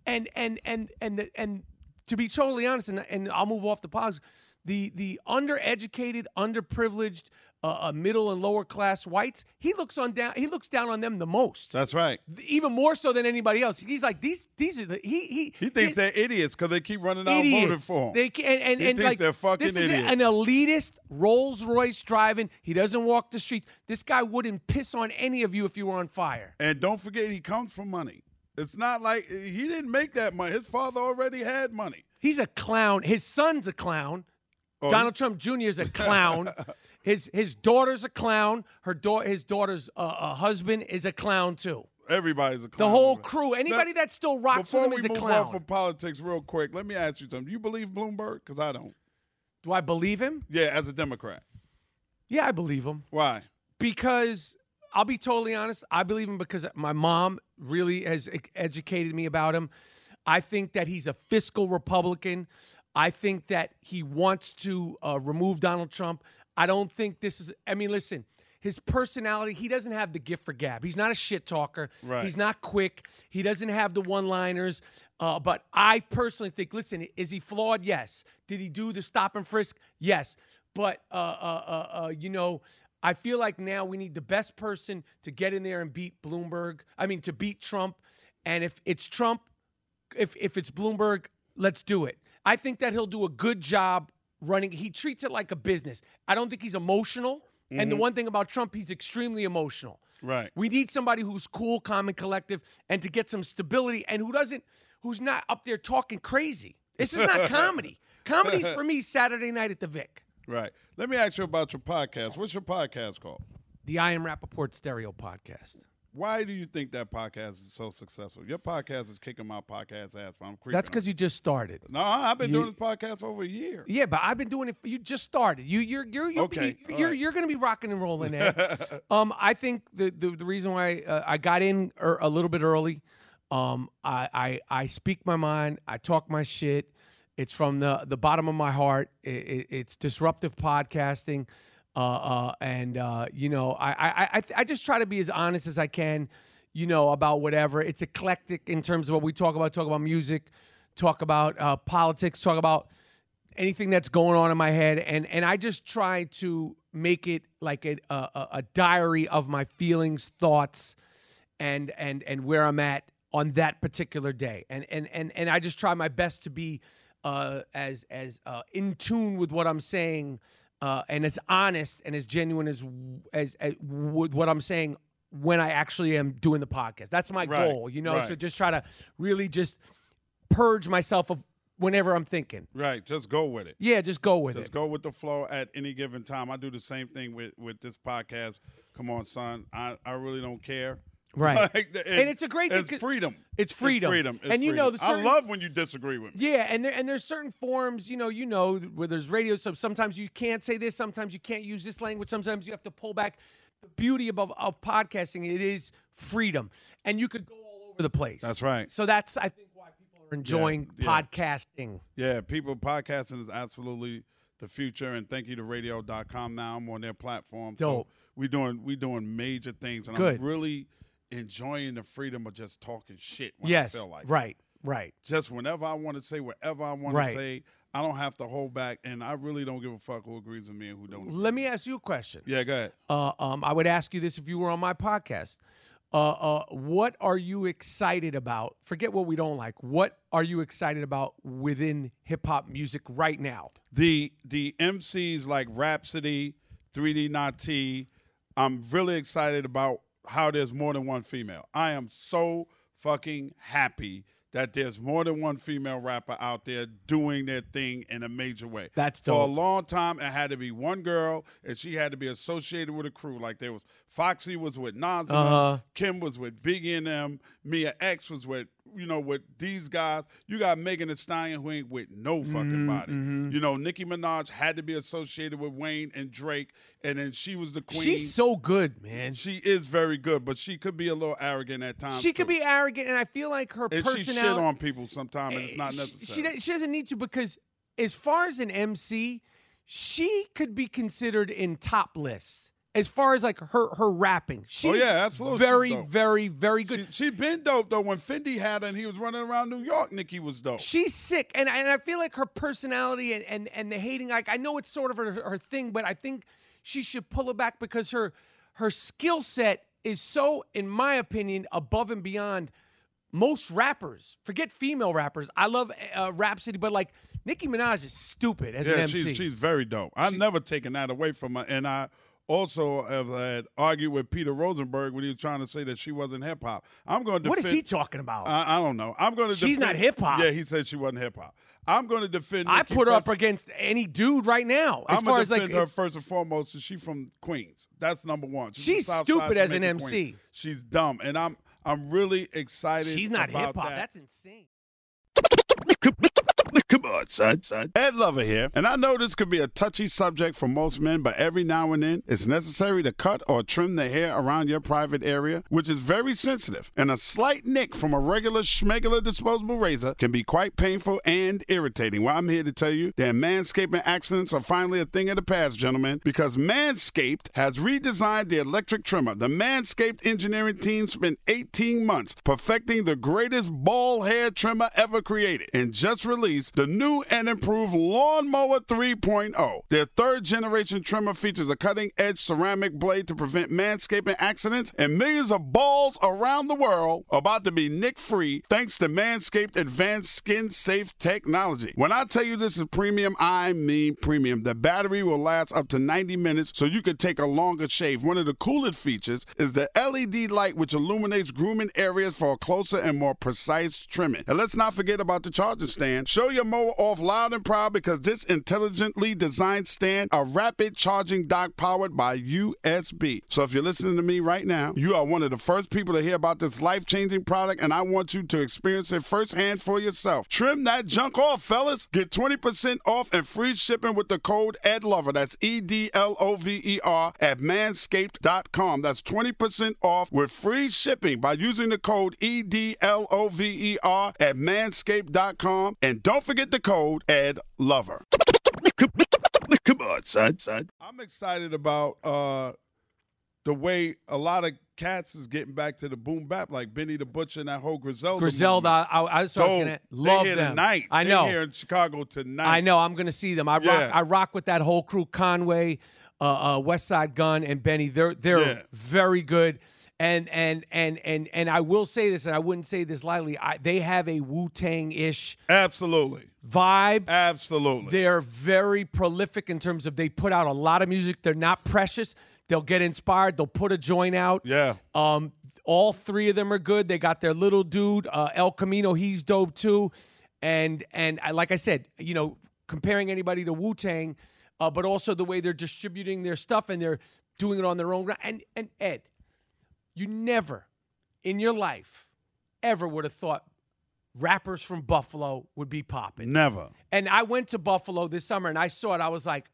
[SPEAKER 4] and and and and the, and to be totally honest, and and I'll move off the pause. The the undereducated, underprivileged, uh, uh, middle and lower class whites. He looks on down. He looks down on them the most,
[SPEAKER 6] That's right.
[SPEAKER 4] even more so than anybody else. He's like these these are the he he
[SPEAKER 6] He thinks they're idiots because they keep running out voting
[SPEAKER 4] idiots.
[SPEAKER 6] for him.
[SPEAKER 4] They can, and and,
[SPEAKER 6] He
[SPEAKER 4] and
[SPEAKER 6] thinks
[SPEAKER 4] like
[SPEAKER 6] they're fucking
[SPEAKER 4] this is
[SPEAKER 6] idiots.
[SPEAKER 4] an elitist Rolls Royce driving. He doesn't walk the streets. This guy wouldn't piss on any of you if you were on fire.
[SPEAKER 6] And don't forget, he comes from money. It's not like he didn't make that money. His father already had money.
[SPEAKER 4] He's a clown. His son's a clown.
[SPEAKER 6] Oh,
[SPEAKER 4] Donald Trump Jr. is a clown. his his daughter's a clown. Her da- his daughter's uh, uh, husband is a clown too.
[SPEAKER 6] Everybody's a
[SPEAKER 4] The
[SPEAKER 6] clown.
[SPEAKER 4] whole
[SPEAKER 6] over there.
[SPEAKER 4] crew. Anybody that still rocks
[SPEAKER 6] Before
[SPEAKER 4] with him
[SPEAKER 6] we
[SPEAKER 4] is a
[SPEAKER 6] move
[SPEAKER 4] clown.
[SPEAKER 6] off of politics, real quick, let me ask you something. You believe Bloomberg? Because I don't.
[SPEAKER 4] Do I believe him?
[SPEAKER 6] Yeah, as a Democrat.
[SPEAKER 4] Yeah, I believe him.
[SPEAKER 6] Why?
[SPEAKER 4] because I'll be totally honest. I believe him because my mom really has e- educated me about him. I think that he's a fiscal Republican. I think that he wants to uh, remove Donald Trump. I don't think this is. I mean, listen, his personality. He doesn't have the gift for gab. He's not a shit talker.
[SPEAKER 6] Right.
[SPEAKER 4] He's not quick. He doesn't have the one-liners. Uh, but I personally think. Listen, is he flawed? Yes. Did he do the stop and frisk? Yes. But uh, uh, uh, uh, you know, I feel like now we need the best person to get in there and beat Bloomberg. I mean, to beat Trump. And if it's Trump, if if it's Bloomberg, let's do it. I think that he'll do a good job running. He treats it like a business. I don't think he's emotional. And the one thing about Trump, he's extremely emotional.
[SPEAKER 6] Right.
[SPEAKER 4] We need somebody who's cool, calm, and collective, and to get some stability, and who doesn't, who's not up there talking crazy. This is not comedy. Comedy's for me Saturday night at the Vic.
[SPEAKER 6] Right. Let me ask you about your podcast. What's your podcast called?
[SPEAKER 4] The I Am Rappaport Stereo Podcast.
[SPEAKER 6] Why do you think that podcast is so successful? Your podcast is kicking my podcast ass. I'm creeping.
[SPEAKER 4] That's because you just started.
[SPEAKER 6] No, I've been
[SPEAKER 4] you-
[SPEAKER 6] doing this podcast for over a year.
[SPEAKER 4] Yeah, but I've been doing it. For, you just started. You you're you're you're
[SPEAKER 6] Okay,
[SPEAKER 4] you're,
[SPEAKER 6] all
[SPEAKER 4] you're,
[SPEAKER 6] right.
[SPEAKER 4] you're going to be rocking and rolling. Ed. um, I think the the, the reason why uh, I got in er, a little bit early, um, I, I I speak my mind. I talk my shit. It's from the the bottom of my heart. I it, it's disruptive podcasting. Uh, uh, and uh, you know, I, I, I, I just try to be as honest as I can, you know, about whatever. It's eclectic in terms of what we talk about. Talk about music, talk about uh, politics, talk about anything that's going on in my head and and I just try to make it like a a, a- a diary of my feelings, thoughts and and and where I'm at on that particular day. And and and and I just try my best to be uh as as uh in tune with what I'm saying uh and as honest and as genuine as as, as with what I'm saying when I actually am doing the podcast. That's my
[SPEAKER 6] Right,
[SPEAKER 4] goal, you know,
[SPEAKER 6] right.
[SPEAKER 4] so just try to really just purge myself of whenever I'm thinking.
[SPEAKER 6] Right. Just go with it.
[SPEAKER 4] Yeah, just go with it.
[SPEAKER 6] Just go with the flow at any given time. I do the same thing with with this podcast. Come on, son. I, I really don't care.
[SPEAKER 4] Right.
[SPEAKER 6] Like,
[SPEAKER 4] And it's a great thing
[SPEAKER 6] It's
[SPEAKER 4] 'cause-
[SPEAKER 6] freedom.
[SPEAKER 4] It's freedom.
[SPEAKER 6] freedom. It's
[SPEAKER 4] And you know,
[SPEAKER 6] freedom.
[SPEAKER 4] the
[SPEAKER 6] I
[SPEAKER 4] certain-
[SPEAKER 6] love when you disagree with me.
[SPEAKER 4] Yeah, and there and there's certain forms, you know, you know, where there's radio. So sometimes you can't say this, sometimes you can't use this language, sometimes you have to pull back. The beauty of of, of podcasting, it is freedom, and you could go all over the place.
[SPEAKER 6] That's right.
[SPEAKER 4] So that's I think why people are enjoying
[SPEAKER 6] yeah.
[SPEAKER 4] podcasting.
[SPEAKER 6] Yeah, people, podcasting is absolutely the future. And thank you to radio.com now. I'm on their platform. So
[SPEAKER 4] Dope.
[SPEAKER 6] we doing we doing major things. And
[SPEAKER 4] Good.
[SPEAKER 6] I'm really enjoying the freedom of just talking shit when
[SPEAKER 4] yes,
[SPEAKER 6] I feel like it.
[SPEAKER 4] right, right.
[SPEAKER 6] Just whenever I want to say whatever I want
[SPEAKER 4] Right.
[SPEAKER 6] to say. I don't have to hold back, and I really don't give a fuck who agrees with me and who don't.
[SPEAKER 4] Let me ask you a question.
[SPEAKER 6] Yeah, go ahead.
[SPEAKER 4] Uh, um, I would ask you this if you were on my podcast. Uh, uh, what are you excited about? Forget what we don't like. What are you excited about within hip hop music right now?
[SPEAKER 6] The the MCs like Rhapsody, 3D Nati. I'm really excited about how there's more than one female. I am so fucking happy that there's more than one female rapper out there doing their thing in a major way.
[SPEAKER 4] That's
[SPEAKER 6] For a
[SPEAKER 4] dope.
[SPEAKER 6] long time, it had to be one girl, and she had to be associated with a crew. Like there was Foxy was with Nas, and them,
[SPEAKER 4] Uh-huh.
[SPEAKER 6] Kim was with Biggie and them, Mia X was with you know with these guys. You got Megan Thee Stallion who ain't with no fucking
[SPEAKER 1] Mm,
[SPEAKER 4] Mm-hmm,
[SPEAKER 6] body.
[SPEAKER 1] mhm.
[SPEAKER 6] You know Nicki Minaj had to be associated with Wayne and Drake, and then she was the queen.
[SPEAKER 4] She's so good, man.
[SPEAKER 6] She is very good, but she could be a little arrogant at times.
[SPEAKER 4] she could
[SPEAKER 6] too.
[SPEAKER 4] be arrogant, and I feel like her
[SPEAKER 6] And she
[SPEAKER 4] personality. Eh,
[SPEAKER 6] shit on people sometimes, and it's not
[SPEAKER 4] she-
[SPEAKER 6] necessary.
[SPEAKER 4] She, do- she doesn't need to because, as far as an MC, she could be considered in top lists as far as like her her rapping. She's
[SPEAKER 6] oh yeah, absolutely. She's
[SPEAKER 4] Very,
[SPEAKER 6] dope.
[SPEAKER 4] very, very good.
[SPEAKER 6] She, she been dope though. When Fendi had her and he was running around New York, Nicki was dope.
[SPEAKER 4] She's sick, and and I feel like her personality and and, and the hating. Like I know it's sort of her, her thing, but I think she should pull it back because her her skill set is so, in my opinion, above and beyond most rappers. Forget female rappers. I love uh, Rhapsody, but like Nicki Minaj is stupid as
[SPEAKER 6] yeah,
[SPEAKER 4] an MC.
[SPEAKER 6] She's, she's very dope. I've never taken that away from her. And I also have had argued with Peter Rosenberg when he was trying to say that she wasn't hip hop. I'm going to
[SPEAKER 4] What is
[SPEAKER 6] defend-
[SPEAKER 4] he talking about?
[SPEAKER 6] I, I don't know. I'm going to.
[SPEAKER 4] She's not
[SPEAKER 6] defend-
[SPEAKER 4] hip-hop.
[SPEAKER 6] Yeah, he said she wasn't hip hop. I'm going to defend.
[SPEAKER 4] I
[SPEAKER 6] Nicki
[SPEAKER 4] put her up
[SPEAKER 6] first-
[SPEAKER 4] against any dude right now. As
[SPEAKER 6] I'm
[SPEAKER 4] far
[SPEAKER 6] gonna
[SPEAKER 4] as like,
[SPEAKER 6] defend her first and foremost. Is she from Queens? That's number one. from
[SPEAKER 4] She's
[SPEAKER 6] South
[SPEAKER 4] stupid
[SPEAKER 6] Side,
[SPEAKER 4] as an
[SPEAKER 6] Jamaica,
[SPEAKER 4] MC.
[SPEAKER 6] Queens. She's dumb, and I'm I'm really excited.
[SPEAKER 4] she's not
[SPEAKER 6] about
[SPEAKER 4] hip hop.
[SPEAKER 6] that.
[SPEAKER 4] That's insane.
[SPEAKER 6] Come on, son, son. Ed Lover here, and I know this could be a touchy subject for most men, but every now and then it's necessary to cut or trim the hair around your private area, which is very sensitive, and a slight nick from a regular schmegular disposable razor can be quite painful and irritating. Well, I'm here to tell you that manscaping accidents are finally a thing of the past, gentlemen, because Manscaped has redesigned the electric trimmer. The Manscaped engineering team spent 18 months perfecting the greatest ball hair trimmer ever created and just released the new and improved Lawnmower 3.0. Their third generation trimmer features a cutting edge ceramic blade to prevent manscaping accidents, and millions of balls around the world are about to be nick free thanks to Manscaped advanced skin safe technology. When I tell you this is premium, I mean premium. The battery will last up to 90 minutes, so you can take a longer shave. One of the coolest features is the LED light, which illuminates grooming areas for a closer and more precise trimming. And let's not forget about the charging stand. Show your mower off loud and proud because this intelligently designed stand, a rapid charging dock powered by USB. So if you're listening to me right now, you are one of the first people to hear about this life changing product, and I want you to experience it firsthand for yourself. Trim that junk off, fellas. Get 20% off and free shipping with the code EDLOVER. That's E D L O V E R at manscaped.com. That's 20% off with free shipping by using the code E D L O V E R at manscaped.com. And don't forget the code EDLOVER. Come on, son, son. I'm excited about uh the way a lot of cats is getting back to the boom bap, like Benny the Butcher and that whole Griselda.
[SPEAKER 4] Griselda,
[SPEAKER 6] movement.
[SPEAKER 4] I- I- that's what I was
[SPEAKER 6] Dope.
[SPEAKER 4] gonna- love
[SPEAKER 6] they here
[SPEAKER 4] them.
[SPEAKER 6] Tonight.
[SPEAKER 4] I
[SPEAKER 6] They
[SPEAKER 4] know.
[SPEAKER 6] here in Chicago tonight.
[SPEAKER 4] I know. I'm gonna see them. I
[SPEAKER 6] Yeah.
[SPEAKER 4] rock. I rock with that whole crew: Conway, uh, uh, West Side Gun, and Benny. They're they're
[SPEAKER 6] Yeah.
[SPEAKER 4] very good. And and and and and I will say this, and I wouldn't say this lightly. I, they have a Wu Tang ish
[SPEAKER 6] Absolutely.
[SPEAKER 4] vibe.
[SPEAKER 6] Absolutely.
[SPEAKER 4] They're very prolific in terms of they put out a lot of music. They're not precious. They'll get inspired. They'll put a joint out.
[SPEAKER 6] Yeah.
[SPEAKER 4] Um, all three of them are good. They got their little dude, uh, El Camino. He's dope too. And and I, like I said, you know, comparing anybody to Wu Tang, uh, but also the way they're distributing their stuff and they're doing it on their own ground. And and Ed, you never in your life ever would have thought rappers from Buffalo would be popping.
[SPEAKER 6] Never.
[SPEAKER 4] And I went to Buffalo this summer and I saw it. I was like,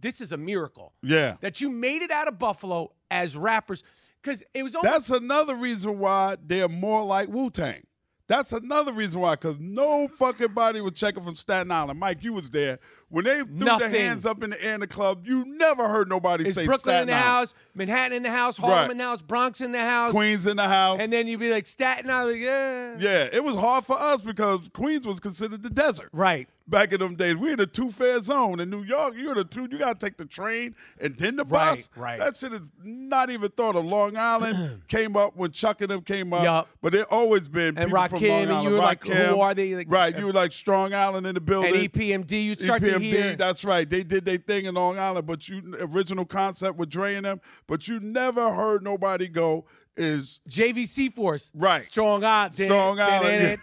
[SPEAKER 4] this is a miracle
[SPEAKER 6] Yeah.
[SPEAKER 4] that you made it out of Buffalo as rappers. Because it was almost.
[SPEAKER 6] That's another reason why they're more like Wu Tang. That's another reason why, because no fucking body was checking from Staten Island. Mike, you was there When they threw their
[SPEAKER 4] Nothing.
[SPEAKER 6] hands up in the air in the club, you never heard nobody
[SPEAKER 4] It's
[SPEAKER 6] say
[SPEAKER 4] Brooklyn in
[SPEAKER 6] Staten
[SPEAKER 4] the
[SPEAKER 6] Island.
[SPEAKER 4] house, Manhattan in the house, Harlem
[SPEAKER 6] Right.
[SPEAKER 4] in the house, Bronx in the house,
[SPEAKER 6] Queens in the house.
[SPEAKER 4] and then you'd be like Staten Island, like, yeah.
[SPEAKER 6] Yeah, it was hard for us because Queens was considered the desert.
[SPEAKER 4] Right.
[SPEAKER 6] Back in them days, we in a two fare zone in New York. You're in a two. You gotta take the train and then the
[SPEAKER 4] Right,
[SPEAKER 6] bus.
[SPEAKER 4] right.
[SPEAKER 6] That shit is not even thought of. Long Island came up when Chuck and them came up.
[SPEAKER 4] Yup.
[SPEAKER 6] But there always been
[SPEAKER 4] And
[SPEAKER 6] people from
[SPEAKER 4] Rakim,
[SPEAKER 6] Long
[SPEAKER 4] and
[SPEAKER 6] Island.
[SPEAKER 4] you were like, who
[SPEAKER 6] Rakim.
[SPEAKER 4] are they? Like- uh,
[SPEAKER 6] right. You were like Strong Island in the building.
[SPEAKER 4] And E EPMD, you start to
[SPEAKER 6] EPMD,
[SPEAKER 4] hear.
[SPEAKER 6] That's right. They did their thing in Long Island, but you original concept with Dre and them. But you never heard nobody go is
[SPEAKER 4] JVC Force.
[SPEAKER 6] Right.
[SPEAKER 4] Strong Island.
[SPEAKER 6] Strong Island.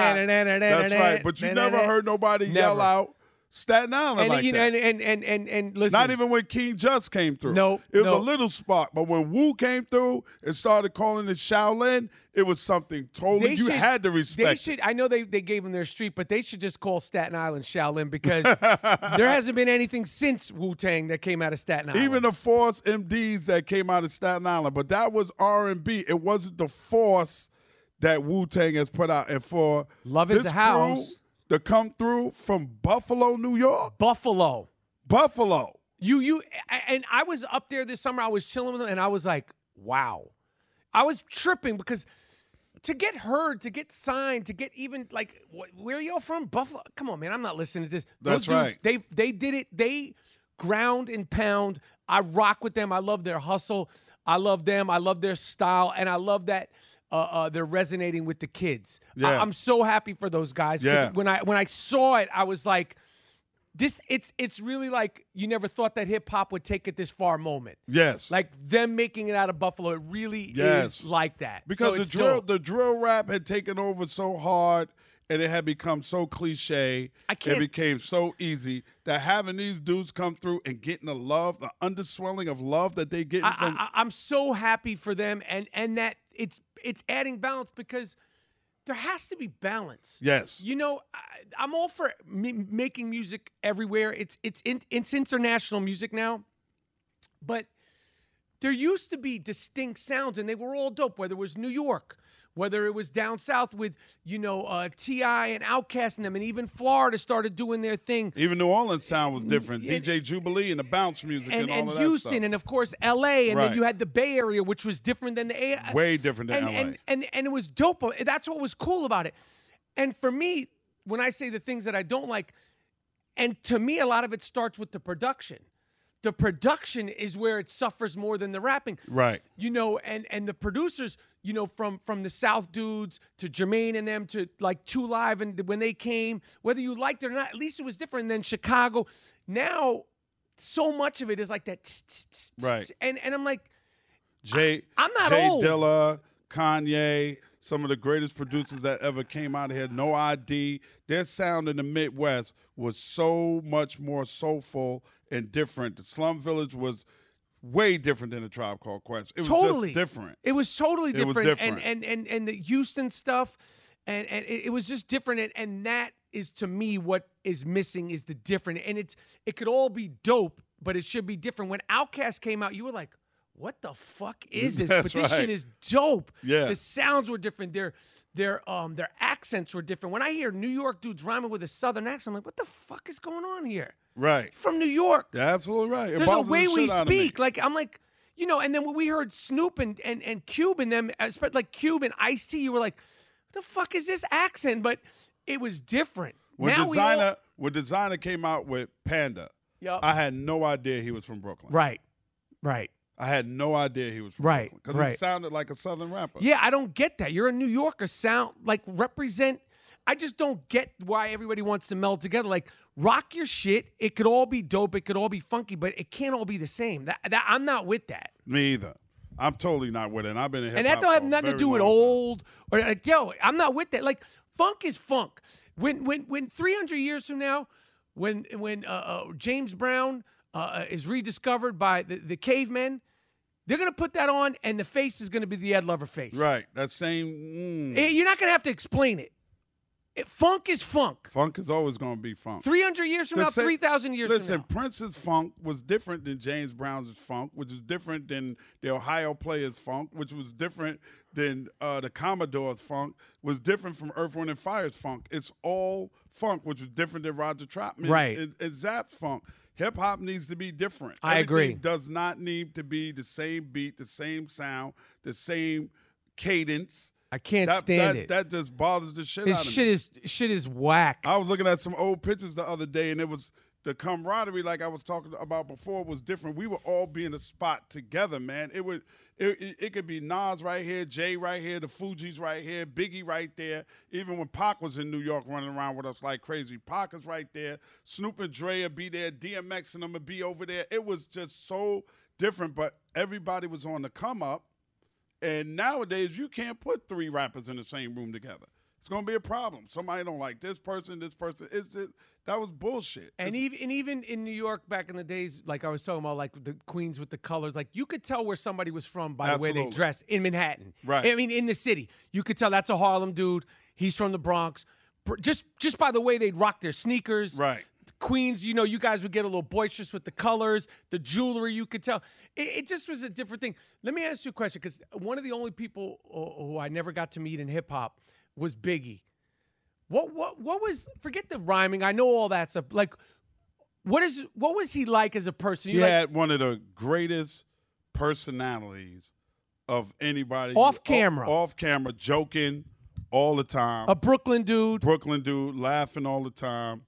[SPEAKER 6] That's right. But you never heard nobody yell
[SPEAKER 4] Never.
[SPEAKER 6] out Staten Island
[SPEAKER 4] And,
[SPEAKER 6] like
[SPEAKER 4] you know,
[SPEAKER 6] that.
[SPEAKER 4] and, and, and, and, and listen.
[SPEAKER 6] Not even when King Just came through.
[SPEAKER 4] No,
[SPEAKER 6] It was a
[SPEAKER 4] no.
[SPEAKER 6] little spot. But when Wu came through and started calling it Shaolin, it was something totally you had to respect.
[SPEAKER 4] They
[SPEAKER 6] it.
[SPEAKER 4] should. I know they, they gave them their street, but they should just call Staten Island Shaolin because there hasn't been anything since Wu Tang that came out of Staten Island.
[SPEAKER 6] Even the Force MDs that came out of Staten Island, but that was R and B. It wasn't the Force that Wu Tang has put out. And for
[SPEAKER 4] Love
[SPEAKER 6] this
[SPEAKER 4] is a house.
[SPEAKER 6] crew to come through from Buffalo, New York,
[SPEAKER 4] Buffalo.
[SPEAKER 6] Buffalo.
[SPEAKER 4] You you a- and I was up there this summer. I was chilling with them, and I was like, wow. I was tripping because to get heard, to get signed, to get even like wh- where y'all from, Buffalo. Come on, man. I'm not listening to this.
[SPEAKER 6] That's right.
[SPEAKER 4] They they did it. They ground and pound. I rock with them. I love their hustle. I love them. I love their style, and I love that. Uh, uh, they're resonating with the kids.
[SPEAKER 6] Yeah.
[SPEAKER 4] I, am so happy for those guys. 'cause
[SPEAKER 6] Yeah.
[SPEAKER 4] When I when I saw it, I was like, this it's it's really like you never thought that hip hop would take it this far moment.
[SPEAKER 6] Yes.
[SPEAKER 4] Like them making it out of Buffalo, it really
[SPEAKER 6] Yes.
[SPEAKER 4] is like that.
[SPEAKER 6] because
[SPEAKER 4] So
[SPEAKER 6] the
[SPEAKER 4] it's
[SPEAKER 6] drill
[SPEAKER 4] dope.
[SPEAKER 6] the drill rap had taken over so hard and it had become so cliche
[SPEAKER 4] I
[SPEAKER 6] it
[SPEAKER 4] can't-
[SPEAKER 6] became so easy that having these dudes come through and getting the love the underswelling of love that they getting
[SPEAKER 4] I,
[SPEAKER 6] from
[SPEAKER 4] I, I- I'm so happy for them and and that it's it's adding balance because there has to be balance.
[SPEAKER 6] yes
[SPEAKER 4] You know, I, I'm all for m- making music everywhere. It's it's in, it's international music now, but there used to be distinct sounds, and they were all dope. Whether it was New York, whether it was down south with you know uh, Ti and Outkast and them, and even Florida started doing their thing.
[SPEAKER 6] even New Orleans sound was different. DJ Jubilee and the bounce music and,
[SPEAKER 4] and,
[SPEAKER 6] all
[SPEAKER 4] and
[SPEAKER 6] of that
[SPEAKER 4] Houston,
[SPEAKER 6] stuff.
[SPEAKER 4] and of course L.A., and
[SPEAKER 6] Right.
[SPEAKER 4] then you had the Bay Area, which was different than the A.
[SPEAKER 6] Way different than
[SPEAKER 4] and,
[SPEAKER 6] LA.
[SPEAKER 4] And, and and it was dope. That's what was cool about it. And for me, when I say the things that I don't like, and to me, a lot of it starts with the production. The production is where it suffers more than the rapping
[SPEAKER 6] Right.
[SPEAKER 4] you know, and and the producers, you know, from from the South dudes to Jermaine and them to like Two Live and when they came, whether you liked it or not, at least it was different than Chicago. Now, so much of it is like that, tss, tss, tss, tss,
[SPEAKER 6] Right.
[SPEAKER 4] tss, And and I'm like,
[SPEAKER 6] Jay,
[SPEAKER 4] I- I'm not
[SPEAKER 6] Jay
[SPEAKER 4] old.
[SPEAKER 6] Dilla, Kanye, some of the greatest producers that ever came out of here. No ID. Their sound in the Midwest was so much more soulful and different. The Slum Village was way different than the Tribe Called Quest. It was
[SPEAKER 4] totally
[SPEAKER 6] just different.
[SPEAKER 4] It was totally
[SPEAKER 6] It was
[SPEAKER 4] different.
[SPEAKER 6] different.
[SPEAKER 4] And, and and and the Houston stuff, and and it, it was just different. And, and that is to me what is missing is the different. And it's it could all be dope, but it should be different. When Outkast came out, you were like. What the fuck is this?
[SPEAKER 6] That's
[SPEAKER 4] but this
[SPEAKER 6] right.
[SPEAKER 4] shit is dope.
[SPEAKER 6] Yeah.
[SPEAKER 4] The sounds were different. Their their um their accents were different. When I hear New York dudes rhyming with a southern accent, I'm like, what the fuck is going on here?
[SPEAKER 6] right.
[SPEAKER 4] From New York.
[SPEAKER 6] You're absolutely right. It
[SPEAKER 4] There's a
[SPEAKER 6] bothers the
[SPEAKER 4] way we
[SPEAKER 6] shit out of me.
[SPEAKER 4] speak. Like I'm like, you know, and then when we heard Snoop and and and Cube and them, espe- like Cube and Ice T, you were like, what the fuck is this accent? But it was different.
[SPEAKER 6] When
[SPEAKER 4] now
[SPEAKER 6] designer
[SPEAKER 4] we all,
[SPEAKER 6] when designer came out with Panda,
[SPEAKER 4] Yup.
[SPEAKER 6] I had no idea he was from Brooklyn.
[SPEAKER 4] right, right.
[SPEAKER 6] I had no idea he was from
[SPEAKER 4] Right,
[SPEAKER 6] Brooklyn because he
[SPEAKER 4] right.
[SPEAKER 6] sounded like a Southern rapper.
[SPEAKER 4] Yeah, I don't get that. You're a New Yorker. Sound like represent. I just don't get why everybody wants to meld together. Like rock your shit. It could all be dope. It could all be funky, but it can't all be the same. That, that I'm not with that.
[SPEAKER 6] Me either. I'm totally not with it. And I've been in
[SPEAKER 4] and
[SPEAKER 6] hip-hop
[SPEAKER 4] that don't have
[SPEAKER 6] for a
[SPEAKER 4] nothing to
[SPEAKER 6] very
[SPEAKER 4] do with
[SPEAKER 6] long time.
[SPEAKER 4] old or like yo i'm not with that like funk is funk when when when 300 years from now when when uh, uh, james brown uh, is rediscovered by the, the cavemen they're gonna put that on and the face is gonna be the ed lover face
[SPEAKER 6] Right. That same. Mm,
[SPEAKER 4] Eh, you're not gonna have to explain it it- funk is funk.
[SPEAKER 6] Funk is always going to be funk.
[SPEAKER 4] 300 years from
[SPEAKER 6] The
[SPEAKER 4] now,
[SPEAKER 6] same-
[SPEAKER 4] 3,000 years from
[SPEAKER 6] listen,
[SPEAKER 4] now.
[SPEAKER 6] Prince's funk was different than James Brown's funk, which is different than the Ohio Players' funk, which was different than uh, the Commodore's funk, was different from Earth, Wind, and Fire's funk. It's all funk, which was different than Roger Troutman
[SPEAKER 4] Right.
[SPEAKER 6] and, and Zapp's funk. Hip hop needs to be different.
[SPEAKER 4] I agree.
[SPEAKER 6] Everything Does not need to be the same beat, the same sound, the same cadence.
[SPEAKER 4] I can't
[SPEAKER 6] That-
[SPEAKER 4] stand
[SPEAKER 6] that-
[SPEAKER 4] it.
[SPEAKER 6] That just bothers the shit out
[SPEAKER 4] His
[SPEAKER 6] of me.
[SPEAKER 4] shit is shit is whack.
[SPEAKER 6] I was looking at some old pictures the other day, and it was the camaraderie, like I was talking about before, was different. We were all being a spot together, man. It would, it, it, it could be Nas right here, Jay right here, the Fugees right here, Biggie right there. Even when Pac was in New York running around with us like crazy, Pac is right there. Snoop and Dre would be there, DMX and I'm gonna be over there. It was just so different, but everybody was on the come up. And nowadays, you can't put three rappers in the same room together. It's gonna be a problem. Somebody don't like this person, this person. It's just, that was bullshit.
[SPEAKER 4] And even and even in New York back in the days, like I was talking about, like the queens with the colors, like you could tell where somebody was from by the way they
[SPEAKER 6] Absolutely.
[SPEAKER 4] dressed in Manhattan.
[SPEAKER 6] Right.
[SPEAKER 4] I mean, in the city, you could tell that's a Harlem dude. He's from the Bronx. Br- Just just by the way they'd rock their sneakers.
[SPEAKER 6] Right.
[SPEAKER 4] Queens, you know, you guys would get a little boisterous with the colors, the jewelry. You could tell it, it just was a different thing. Let me ask you a question, because one of the only people uh, who I never got to meet in hip hop was Biggie. What what what was forget the rhyming? I know all that stuff. Like what is what was he like as a person?
[SPEAKER 6] he
[SPEAKER 4] You like-
[SPEAKER 6] had one of the greatest personalities of anybody.
[SPEAKER 4] Off
[SPEAKER 6] o-
[SPEAKER 4] camera.
[SPEAKER 6] off camera, joking all the time.
[SPEAKER 4] a Brooklyn dude.
[SPEAKER 6] Brooklyn dude, laughing all the time.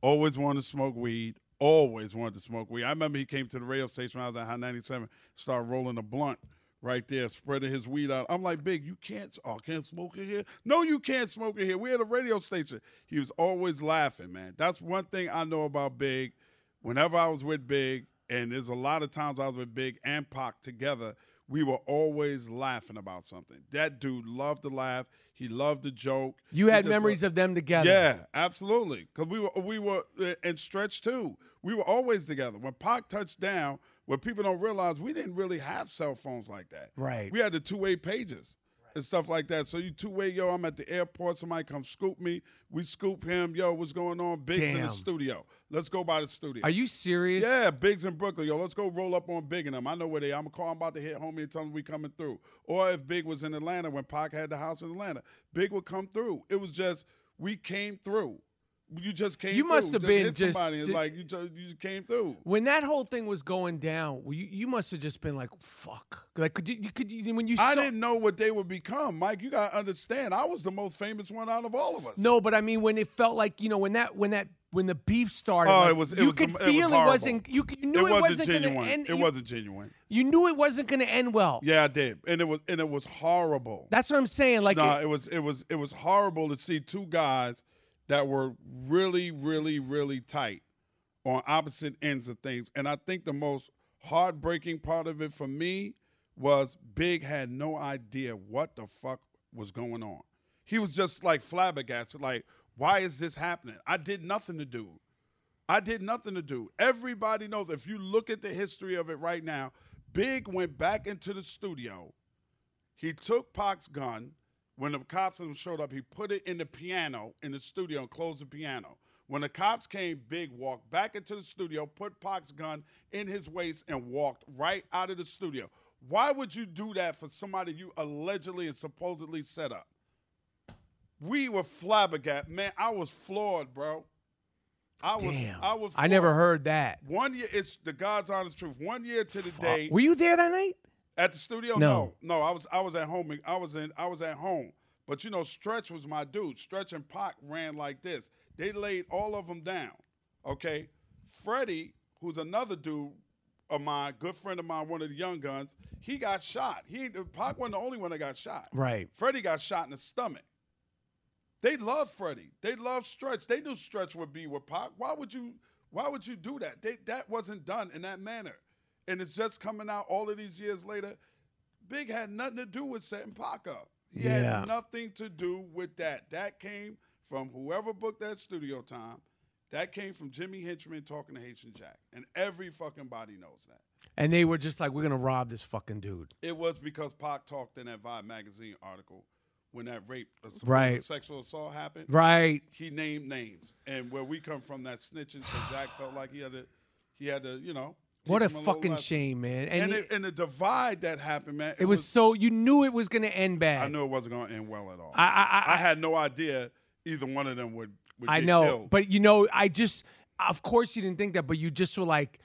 [SPEAKER 6] Always wanted to smoke weed. Always wanted to smoke weed. I remember he came to the radio station when I was at High 97, started rolling a blunt right there, spreading his weed out. I'm like, Big, you can't, oh, I can't smoke it here? No, you can't smoke it here. We're at a radio station. He was always laughing, man. That's one thing I know about Big. Whenever I was with Big, and there's a lot of times I was with Big and Pac together, we were always laughing about something. That dude loved to laugh. He loved to joke.
[SPEAKER 4] You
[SPEAKER 6] He
[SPEAKER 4] had
[SPEAKER 6] just-
[SPEAKER 4] memories of them together.
[SPEAKER 6] yeah, absolutely. Because we were we were uh, and stretch too. We were always together. When Pac touched down, what people don't realize, we didn't really have cell phones like that.
[SPEAKER 4] Right.
[SPEAKER 6] We had the two way pages and stuff like that. So you two way, yo, I'm at the airport. Somebody come scoop me. We scoop him. Yo, what's going on? Big's in
[SPEAKER 4] Damn.
[SPEAKER 6] the studio. Let's go by the studio.
[SPEAKER 4] Are you serious?
[SPEAKER 6] Yeah, Biggs in Brooklyn. Yo, let's go roll up on Big and them. I know where they. I'm gonna call. I'm about to hit homie and tell him we coming through. Or if Big was in Atlanta when Pac had the house in Atlanta, Big would come through. It was just we came through. You just came.
[SPEAKER 4] You
[SPEAKER 6] through.
[SPEAKER 4] must have
[SPEAKER 6] just
[SPEAKER 4] been
[SPEAKER 6] hit
[SPEAKER 4] just-
[SPEAKER 6] somebody. It's
[SPEAKER 4] did-
[SPEAKER 6] like you just you just came through.
[SPEAKER 4] When that whole thing was going down, well, you, you must have just been like, "Fuck!" Like, could you, you- could you, when you
[SPEAKER 6] I
[SPEAKER 4] saw,
[SPEAKER 6] didn't know what they would become, Mike. You gotta understand. I was the most famous one out of all of us.
[SPEAKER 4] no, but I mean, when it felt like you know, when that when that when the beef started,
[SPEAKER 6] Oh,
[SPEAKER 4] like,
[SPEAKER 6] it was. It
[SPEAKER 4] you
[SPEAKER 6] was,
[SPEAKER 4] could
[SPEAKER 6] it was
[SPEAKER 4] feel
[SPEAKER 6] horrible.
[SPEAKER 4] wasn't. You, you knew it, going
[SPEAKER 6] genuine.
[SPEAKER 4] to end.
[SPEAKER 6] it
[SPEAKER 4] you,
[SPEAKER 6] wasn't genuine.
[SPEAKER 4] You knew it wasn't going to end well.
[SPEAKER 6] Yeah, I did, and it was and it was horrible.
[SPEAKER 4] That's what I'm saying. Like,
[SPEAKER 6] no,
[SPEAKER 4] it-
[SPEAKER 6] it, was it was it was horrible to see two guys that were really, really, really tight on opposite ends of things. And I think the most heartbreaking part of it for me was Big had no idea what the fuck was going on. He was just like flabbergasted, like, why is this happening? I did nothing to do. I did nothing to do. Everybody knows if you look at the history of it right now, Big went back into the studio. He took Pac's gun. When the cops and them showed up, he put it in the piano in the studio and closed the piano. When the cops came, Big walked back into the studio, put Pac's gun in his waist, and walked right out of the studio. Why would you do that for somebody you allegedly and supposedly set up? We were flabbergasted. Man, I was floored, bro. I was
[SPEAKER 4] damn,
[SPEAKER 6] I was
[SPEAKER 4] I never
[SPEAKER 6] floored.
[SPEAKER 4] heard that.
[SPEAKER 6] One year, it's the God's honest truth. One year to the
[SPEAKER 4] Fuck.
[SPEAKER 6] day
[SPEAKER 4] Were you there that night?
[SPEAKER 6] at the studio.
[SPEAKER 4] No.
[SPEAKER 6] No. no, I was I was at home. I was in I was at home. But you know, Stretch was my dude. Stretch and Pac ran like this. They laid all of them down. Okay, Freddie, who's another dude of mine, good friend of mine, one of the young guns. He got shot. He Pac wasn't the only one that got shot.
[SPEAKER 4] Right.
[SPEAKER 6] Freddie got shot in the stomach. They love Freddie. They love Stretch. They knew Stretch would be with Pac. Why would you? Why would you do that? They, that wasn't done in that manner, and it's just coming out all of these years later. Big had nothing to do with setting Pac up. He
[SPEAKER 4] Yeah.
[SPEAKER 6] had nothing to do with that. That came from whoever booked that studio time. That came from Jimmy Hinchman talking to Haitian Jack, and every fucking body knows that.
[SPEAKER 4] And they were just like, "We're going to rob this fucking dude."
[SPEAKER 6] It was because Pac talked in that Vibe magazine article when that rape, or some
[SPEAKER 4] Right.
[SPEAKER 6] sexual assault happened,
[SPEAKER 4] Right.
[SPEAKER 6] He named names, and where we come from, that snitching. So Jack felt like he had to, he had to, you know. teach
[SPEAKER 4] What a
[SPEAKER 6] him little
[SPEAKER 4] fucking
[SPEAKER 6] lesson.
[SPEAKER 4] shame,
[SPEAKER 6] And
[SPEAKER 4] man. And
[SPEAKER 6] and,
[SPEAKER 4] it-
[SPEAKER 6] it, and the divide that happened, man.
[SPEAKER 4] It was so you knew it was going to end bad.
[SPEAKER 6] I knew it wasn't going to end well at all.
[SPEAKER 4] I- I- I-
[SPEAKER 6] had no idea either one of them would. would
[SPEAKER 4] I
[SPEAKER 6] get
[SPEAKER 4] know,
[SPEAKER 6] killed.
[SPEAKER 4] but you know, I just, of course, you didn't think that, but you just were like,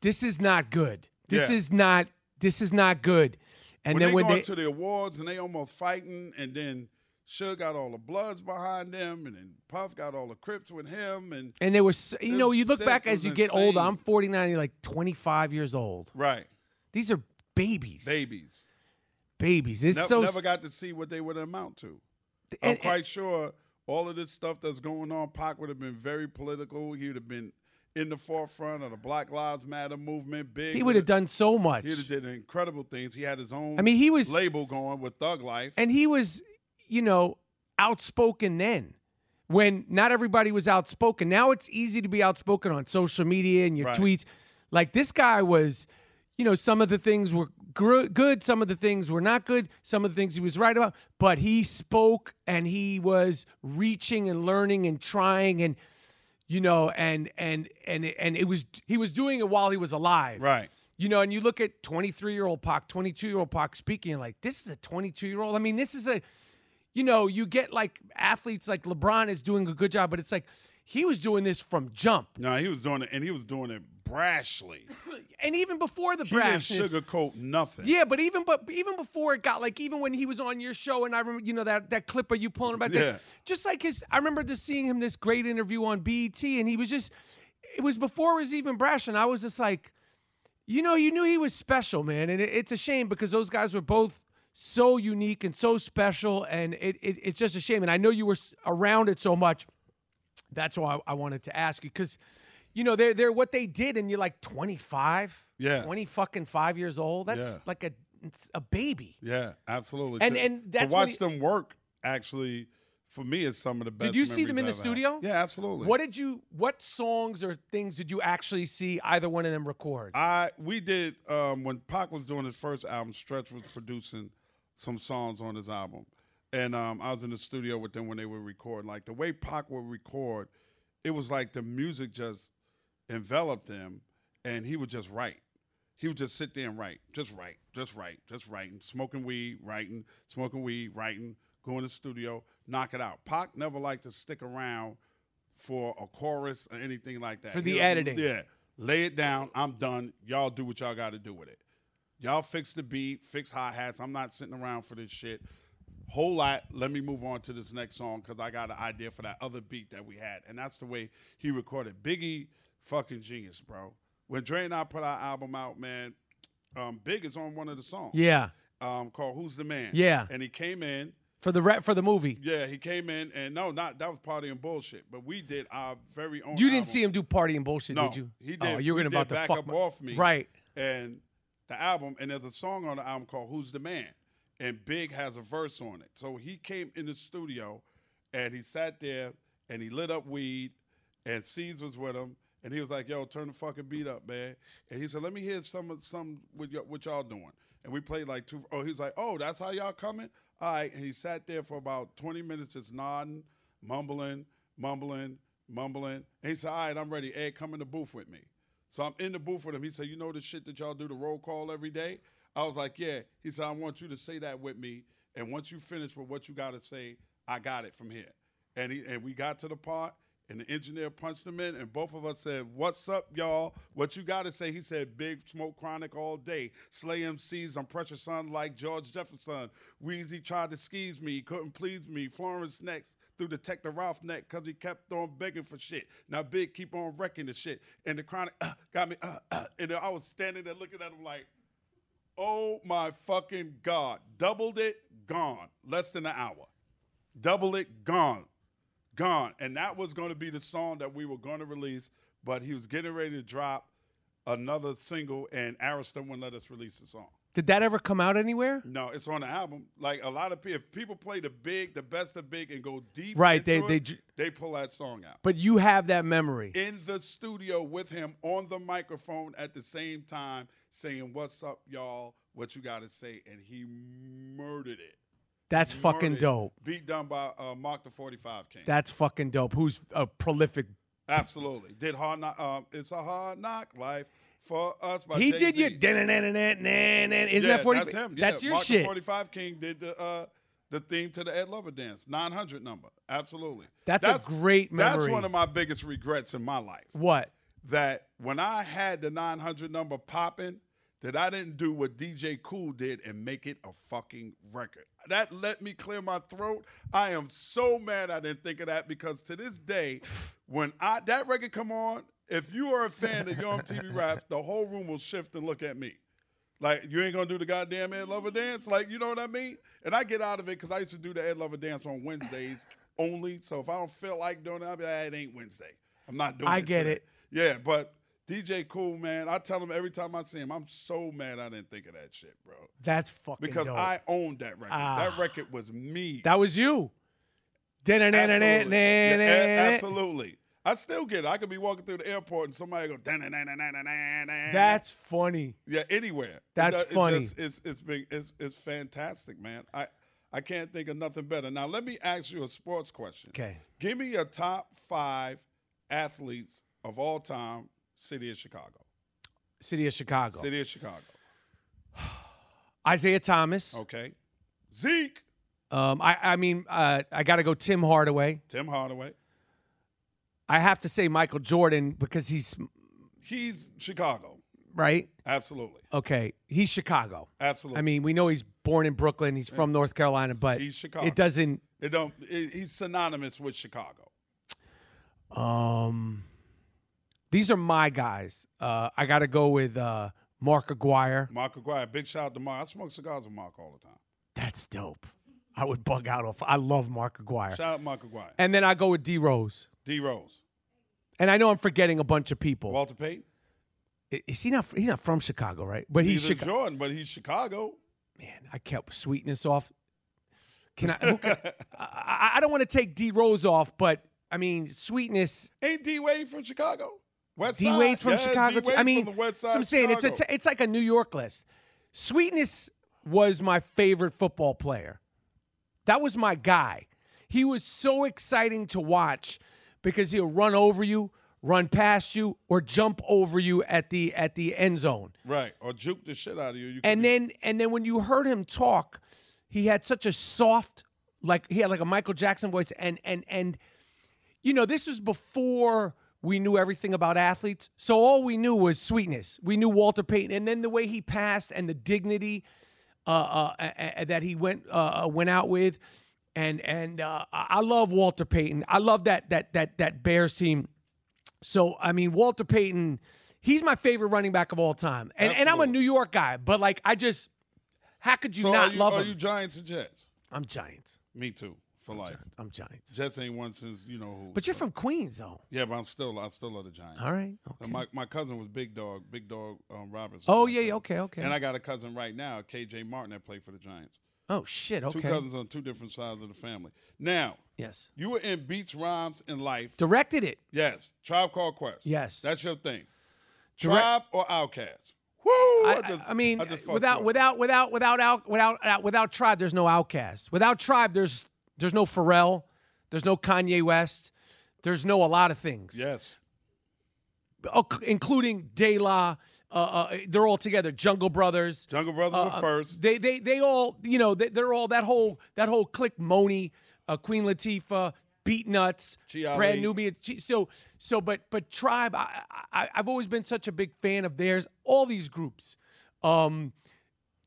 [SPEAKER 4] "This is not good. This
[SPEAKER 6] Yeah.
[SPEAKER 4] is not. This is not good." And
[SPEAKER 6] when
[SPEAKER 4] then
[SPEAKER 6] they
[SPEAKER 4] when
[SPEAKER 6] going
[SPEAKER 4] they,
[SPEAKER 6] to the awards and they almost fighting, and then Suge got all the Bloods behind them, and then Puff got all the Crips with him, and
[SPEAKER 4] and they were, s- you
[SPEAKER 6] It
[SPEAKER 4] know,
[SPEAKER 6] was
[SPEAKER 4] you look
[SPEAKER 6] sick.
[SPEAKER 4] back
[SPEAKER 6] It
[SPEAKER 4] as
[SPEAKER 6] was
[SPEAKER 4] you get older. I'm
[SPEAKER 6] insane.
[SPEAKER 4] 49, you're like 25 years old.
[SPEAKER 6] right
[SPEAKER 4] These are babies,
[SPEAKER 6] babies.
[SPEAKER 4] babies. It's
[SPEAKER 6] Ne-
[SPEAKER 4] so
[SPEAKER 6] never
[SPEAKER 4] s-
[SPEAKER 6] got to see what they would amount to. I'm
[SPEAKER 4] and-
[SPEAKER 6] quite sure all of this stuff that's going on, Pac would have been very political. He would have been in the forefront of the Black Lives Matter movement. Big,
[SPEAKER 4] he would have done so much.
[SPEAKER 6] He would have did incredible things. He had his own.
[SPEAKER 4] I mean, he was-
[SPEAKER 6] label going with Thug Life.
[SPEAKER 4] And he was, you know, outspoken then when not everybody was outspoken. Now it's easy to be outspoken on social media and your
[SPEAKER 6] Right.
[SPEAKER 4] tweets. Like this guy was, you know, some of the things were gr- good, some of the things were not good, some of the things he was right about, but he spoke and he was reaching and learning and trying and you know and and and and it was he was doing it while he was alive.
[SPEAKER 6] right.
[SPEAKER 4] You know, and you look at 23 year old Pac, 22 year old Pac speaking, you're like, this is a 22 year old. I mean, this is a, you know, you get like athletes like LeBron is doing a good job, but it's like he was doing this from jump.
[SPEAKER 6] No, he was doing it, and he was doing it brashly.
[SPEAKER 4] And even before the
[SPEAKER 6] He didn't
[SPEAKER 4] brashness.
[SPEAKER 6] sugarcoat nothing.
[SPEAKER 4] Yeah, but even but even before it got like even when he was on your show and I remember you know that that clip of you pulling about
[SPEAKER 6] Yeah.
[SPEAKER 4] that just like his I remember just seeing him this great interview on BET and he was just it was before it was even brash and I was just like you know you knew he was special man and it, it's a shame because those guys were both so unique and so special and it, it it's just a shame and I know you were s- around it so much that's why I, I wanted to ask you because you know they're they're what they did and you're like 25
[SPEAKER 6] Yeah.
[SPEAKER 4] 20 fucking five years old that's
[SPEAKER 6] Yeah.
[SPEAKER 4] like a it's a baby
[SPEAKER 6] Yeah, absolutely.
[SPEAKER 4] And-
[SPEAKER 6] To-
[SPEAKER 4] and that's
[SPEAKER 6] to
[SPEAKER 4] what
[SPEAKER 6] watch
[SPEAKER 4] he-
[SPEAKER 6] them work. Actually, for me, is some of the best.
[SPEAKER 4] did you see them in the
[SPEAKER 6] memories I've
[SPEAKER 4] studio
[SPEAKER 6] had. Yeah, absolutely.
[SPEAKER 4] what did you what songs or things did you actually see either one of them record
[SPEAKER 6] I we did um, when Pac was doing his first album. Stretch was producing some songs on his album, and um, I was in the studio with them when they would record. Like the way Pac would record, it was like the music just enveloped him, and he would just write. He would just sit there and write, just write, just write, just writing, smoking weed, writing, smoking weed, writing, go in the studio, knock it out. Pac never liked to stick around for a chorus or anything like that.
[SPEAKER 4] For the
[SPEAKER 6] He-
[SPEAKER 4] editing.
[SPEAKER 6] Yeah. Lay it down. I'm done. Y'all do what y'all got to do with it. Y'all fix the beat, fix hi hats. I'm not sitting around for this shit. Whole lot. Let me move on to this next song because I got an idea for that other beat that we had. And that's the way he recorded. Biggie, fucking genius, bro. When Dre and I put our album out, man, um, Big is on one of the songs.
[SPEAKER 4] yeah
[SPEAKER 6] Um, called Who's the Man?
[SPEAKER 4] Yeah.
[SPEAKER 6] And he came in.
[SPEAKER 4] for the re- for the movie
[SPEAKER 6] Yeah, he came in, and no, not that was party and bullshit. But we did our very own.
[SPEAKER 4] you didn't
[SPEAKER 6] album.
[SPEAKER 4] see him do party and bullshit
[SPEAKER 6] No,
[SPEAKER 4] did you
[SPEAKER 6] He did.
[SPEAKER 4] oh you were
[SPEAKER 6] we
[SPEAKER 4] gonna
[SPEAKER 6] did
[SPEAKER 4] about to
[SPEAKER 6] back
[SPEAKER 4] fuck
[SPEAKER 6] up
[SPEAKER 4] my-
[SPEAKER 6] off me.
[SPEAKER 4] right
[SPEAKER 6] And the album, and there's a song on the album called "Who's the Man," and Big has a verse on it. So he came in the studio, and he sat there, and he lit up weed, and Seeds was with him, and he was like, "Yo, turn the fucking beat up, man." And he said, "Let me hear some of some with y- what y'all doing." And we played like two oh he was like, "Oh, that's how y'all coming." All right, and he sat there for about 20 minutes just nodding, mumbling, mumbling, mumbling. And he said, "All right, I'm ready. Ed, come in the booth with me." So I'm in the booth with him. He said, "You know the shit that y'all do the roll call every day?" I was like, "Yeah." He said, "I want you to say that with me, and once you finish with what you got to say, I got it from here." And he and we got to the part, and the engineer punched him in, and both of us said, "What's up, y'all? What you got to say?" He said, "Big smoke chronic all day, slay MCs. I'm pressure son like George Jefferson. Wheezy tried to skeeze me, couldn't please me. Florence next." Through Detective Ralph neck because he kept on begging for shit. Now Big keep on wrecking the shit. And the chronic uh, got me, and I was standing there looking at him like, Oh my fucking God. Doubled it, gone. Less than an hour. Double it, gone. Gone. And that was going to be the song that we were going to release, but he was getting ready to drop another single, and Ariston wouldn't let us release the song.
[SPEAKER 4] did that ever come out anywhere
[SPEAKER 6] No, it's on the album. Like a lot of people, if people play the big, the best of big, and go deep,
[SPEAKER 4] Right, they-
[SPEAKER 6] into
[SPEAKER 4] they
[SPEAKER 6] it,
[SPEAKER 4] ju-
[SPEAKER 6] they pull that song out
[SPEAKER 4] but you have that memory
[SPEAKER 6] in the studio with him on the microphone at the same time saying what's up y'all what you got to say and he murdered it
[SPEAKER 4] That's
[SPEAKER 6] You
[SPEAKER 4] fucking
[SPEAKER 6] heard it.
[SPEAKER 4] dope.
[SPEAKER 6] Beat done by uh, Mark the 45 King.
[SPEAKER 4] That's fucking dope. Who's a prolific?
[SPEAKER 6] Absolutely. Did hard knock. Um, it's a hard knock life for us. By
[SPEAKER 4] He did
[SPEAKER 6] Jay-Z.
[SPEAKER 4] your da-na-na-na-na-na-na. Isn't
[SPEAKER 6] Yeah,
[SPEAKER 4] that 40?
[SPEAKER 6] That's him. Yeah.
[SPEAKER 4] That's your
[SPEAKER 6] Mark the
[SPEAKER 4] shit.
[SPEAKER 6] 45 King did the uh, the theme to the Ed Lover dance, 900 number. Absolutely.
[SPEAKER 4] That's a great
[SPEAKER 6] That's
[SPEAKER 4] memory.
[SPEAKER 6] one of my biggest regrets in my life.
[SPEAKER 4] What?
[SPEAKER 6] That when I had the 900 number popping, that I didn't do what DJ Cool did and make it a fucking record. That let me clear my throat. I am so mad I didn't think of that because to this day, when I that record come on, if you are a fan of Young TV Raps, the whole room will shift and look at me. Like you ain't gonna do the goddamn Ed Lover dance, like you know what I mean? And I get out of it because I used to do the Ed Lover dance on Wednesdays only. So if I don't feel like doing it, I'll be like, "Ah, it ain't Wednesday. I'm not doing
[SPEAKER 4] I
[SPEAKER 6] it.
[SPEAKER 4] get
[SPEAKER 6] today."
[SPEAKER 4] it.
[SPEAKER 6] Yeah, but DJ Cool, man, I tell him every time I see him, I'm so mad I didn't think of that shit, bro.
[SPEAKER 4] That's fucking
[SPEAKER 6] Because
[SPEAKER 4] dope.
[SPEAKER 6] I owned that record.
[SPEAKER 4] Ah.
[SPEAKER 6] that record was me.
[SPEAKER 4] that was you.
[SPEAKER 6] Absolutely. Yeah, a-
[SPEAKER 4] Da-na-na-na-na-na-na.
[SPEAKER 6] absolutely. I still get it. I could be walking through the airport and somebody go, "Da-na-na-na-na-na-na-na."
[SPEAKER 4] That's funny.
[SPEAKER 6] Yeah, anywhere. It
[SPEAKER 4] That's
[SPEAKER 6] does- it
[SPEAKER 4] funny.
[SPEAKER 6] just- it's it's been it's it's fantastic, man. I I can't think of nothing better. Now let me ask you a sports question.
[SPEAKER 4] Okay.
[SPEAKER 6] Give me your top five athletes of all time, city of Chicago.
[SPEAKER 4] City of Chicago.
[SPEAKER 6] City of Chicago.
[SPEAKER 4] Isaiah Thomas.
[SPEAKER 6] Okay. Zeke,
[SPEAKER 4] Um, I, I mean, uh, I got to go Tim Hardaway.
[SPEAKER 6] Tim Hardaway.
[SPEAKER 4] I have to say Michael Jordan because he's
[SPEAKER 6] He's Chicago.
[SPEAKER 4] right.
[SPEAKER 6] Absolutely.
[SPEAKER 4] Okay, he's Chicago.
[SPEAKER 6] Absolutely.
[SPEAKER 4] I mean, we know he's born in Brooklyn. He's from North Carolina, but
[SPEAKER 6] He's Chicago.
[SPEAKER 4] it doesn't.
[SPEAKER 6] it don't it, he's synonymous with Chicago.
[SPEAKER 4] Um, these are my guys. Uh, I got to go with uh, Mark Aguirre.
[SPEAKER 6] Mark McGuire, big shout out to Mark. I smoke cigars with Mark all the time.
[SPEAKER 4] That's dope. I would bug out off. I love Mark Aguirre.
[SPEAKER 6] Shout out Mark McGuire.
[SPEAKER 4] And then I go with D Rose.
[SPEAKER 6] D Rose.
[SPEAKER 4] And I know I'm forgetting a bunch of people.
[SPEAKER 6] Walter Payton.
[SPEAKER 4] I- Is he not? He's not from Chicago, right? But he's,
[SPEAKER 6] He's a
[SPEAKER 4] Chicago.
[SPEAKER 6] Jordan, but he's Chicago.
[SPEAKER 4] Man, I kept sweetness off. Can I? who can- I, I- I don't want to take D Rose off, but I mean sweetness.
[SPEAKER 6] Ain't D Wade from Chicago? West
[SPEAKER 4] D
[SPEAKER 6] Side?
[SPEAKER 4] Wade's from
[SPEAKER 6] Yeah, D.
[SPEAKER 4] Chicago. too.
[SPEAKER 6] Wade
[SPEAKER 4] I mean,
[SPEAKER 6] from the West
[SPEAKER 4] so
[SPEAKER 6] Side
[SPEAKER 4] I'm saying it's a
[SPEAKER 6] Chicago.
[SPEAKER 4] t- it's like a New York list. Sweetness was my favorite football player. That was my guy. He was so exciting to watch because he'll run over you, run past you, or jump over you at the at the end zone.
[SPEAKER 6] right or juke the shit out of you. you could
[SPEAKER 4] and
[SPEAKER 6] be-
[SPEAKER 4] then and then when you heard him talk, he had such a soft, like he had like a Michael Jackson voice, and and and you know this was before we knew everything about athletes, so all we knew was sweetness. We knew Walter Payton, and then the way he passed and the dignity uh, uh, a- a- that he went uh, uh, went out with, and and uh, I I love Walter Payton. I love that that that that Bears team. So I mean, Walter Payton, he's my favorite running back of all time, and and I'm a New York guy, but like I just, how could you
[SPEAKER 6] so
[SPEAKER 4] not
[SPEAKER 6] are you,
[SPEAKER 4] love
[SPEAKER 6] are
[SPEAKER 4] him?
[SPEAKER 6] you Giants and Jets?
[SPEAKER 4] I'm Giants.
[SPEAKER 6] Me too, for life.
[SPEAKER 4] I'm Giants.
[SPEAKER 6] Jets ain't won since you know who.
[SPEAKER 4] But you're from Queens, though.
[SPEAKER 6] yeah, but I'm still I still love the Giants.
[SPEAKER 4] All right.
[SPEAKER 6] And
[SPEAKER 4] Okay.
[SPEAKER 6] My my cousin was Big Dog, Big Dog um, Robertson.
[SPEAKER 4] Oh
[SPEAKER 6] my
[SPEAKER 4] yeah. yeah,
[SPEAKER 6] cousin.
[SPEAKER 4] Okay. Okay.
[SPEAKER 6] And I got a cousin right now, KJ Martin, that played for the Giants.
[SPEAKER 4] oh shit.
[SPEAKER 6] Two
[SPEAKER 4] Okay.
[SPEAKER 6] cousins on two different sides of the family. Now,
[SPEAKER 4] Yes.
[SPEAKER 6] you were in Beats, Rhymes, and Life.
[SPEAKER 4] Directed it.
[SPEAKER 6] yes, Tribe Called Quest.
[SPEAKER 4] Yes.
[SPEAKER 6] that's your thing.
[SPEAKER 4] Direct-
[SPEAKER 6] Tribe or Outcast? Woo!
[SPEAKER 4] I,
[SPEAKER 6] just-
[SPEAKER 4] I mean,
[SPEAKER 6] just fucked you
[SPEAKER 4] without
[SPEAKER 6] up.
[SPEAKER 4] without without without out without out, without tribe, there's no outcast. Without tribe, there's there's no Pharrell, there's no Kanye West, there's no a lot of things,
[SPEAKER 6] Yes.
[SPEAKER 4] Oh, c- including De La. Uh, uh, they're all together. Jungle Brothers.
[SPEAKER 6] Jungle Brothers
[SPEAKER 4] uh,
[SPEAKER 6] were first.
[SPEAKER 4] They they they all you know they, they're all that whole that whole click Moni, uh, Queen Latifah, Beat Nuts,
[SPEAKER 6] G. Ali.
[SPEAKER 4] Brand Nubia. G- So so but but Tribe, I, I I've always been such a big fan of theirs. All these groups, um,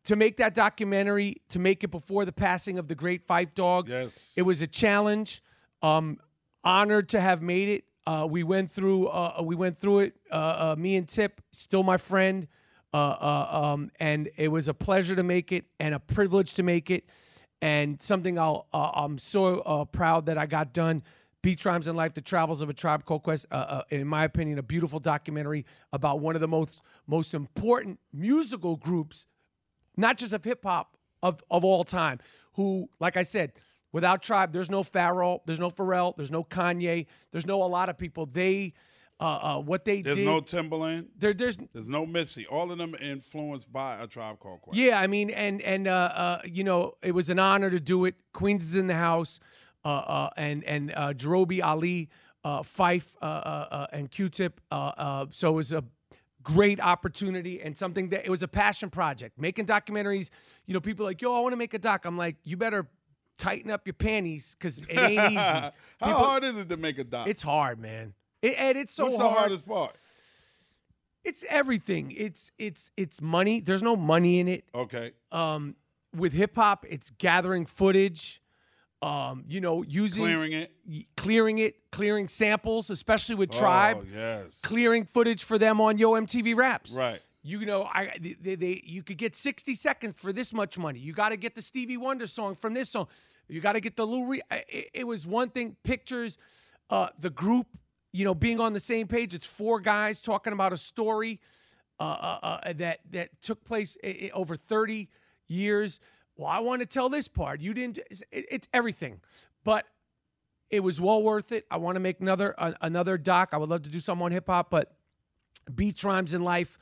[SPEAKER 4] to make that documentary, to make it before the passing of the great Fife Dog.
[SPEAKER 6] Yes.
[SPEAKER 4] It was a challenge. Um, honored to have made it. Uh, we went through. Uh, we went through it. Uh, uh, me and Tip, still my friend, uh, uh, um, and it was a pleasure to make it and a privilege to make it, and something I'll, uh, I'm so uh, proud that I got done. Beat Rhymes and Life: The Travels of a Tribe Called Quest. Uh, uh, in my opinion, a beautiful documentary about one of the most most important musical groups not just of hip hop of of all time. Who, like I said, without Tribe, there's no Pharrell, there's no Pharrell, there's no Kanye, there's no a lot of people. They uh, uh, what they
[SPEAKER 6] There's
[SPEAKER 4] did.
[SPEAKER 6] no Timberland.
[SPEAKER 4] There, there's
[SPEAKER 6] there's no Missy. All of them influenced by a tribe called Quest.
[SPEAKER 4] Yeah, I mean, and and uh, uh, you know, it was an honor to do it. Queens is in the house, uh, uh, and and uh, Jerobi Ali, uh, Fife, uh, uh, uh, and Q-Tip. Uh, uh, so it was a great opportunity and something that it was a passion project. Making documentaries, you know, people like, yo, I want to make a doc. I'm like, you better tighten up your panties because it ain't easy.
[SPEAKER 6] How
[SPEAKER 4] People-
[SPEAKER 6] hard is it to make a doc?
[SPEAKER 4] It's hard, man. It, and it's so
[SPEAKER 6] What's
[SPEAKER 4] hard.
[SPEAKER 6] the hardest part?
[SPEAKER 4] It's everything. It's it's it's money. There's no money in it.
[SPEAKER 6] Okay.
[SPEAKER 4] Um, with hip hop, it's gathering footage. Um, you know, using
[SPEAKER 6] Clearing it.
[SPEAKER 4] y- clearing it, clearing samples, especially with
[SPEAKER 6] Oh,
[SPEAKER 4] Tribe.
[SPEAKER 6] yes.
[SPEAKER 4] Clearing footage for them on Yo MTV Raps.
[SPEAKER 6] Right.
[SPEAKER 4] You know, I they, they, they you could get 60 seconds for this much money. You got to get the Stevie Wonder song from this song. You got to get the Lou Reed. I- It, it was one thing, pictures, uh, the group, you know, being on the same page. It's four guys talking about a story uh, uh, uh, that that took place i i- over 30 years. Well, I want to tell this part. You didn't. It's, it, it's everything, but it was well worth it. I want to make another a- another doc. I would love to do something on hip hop, but beats, rhymes, in life,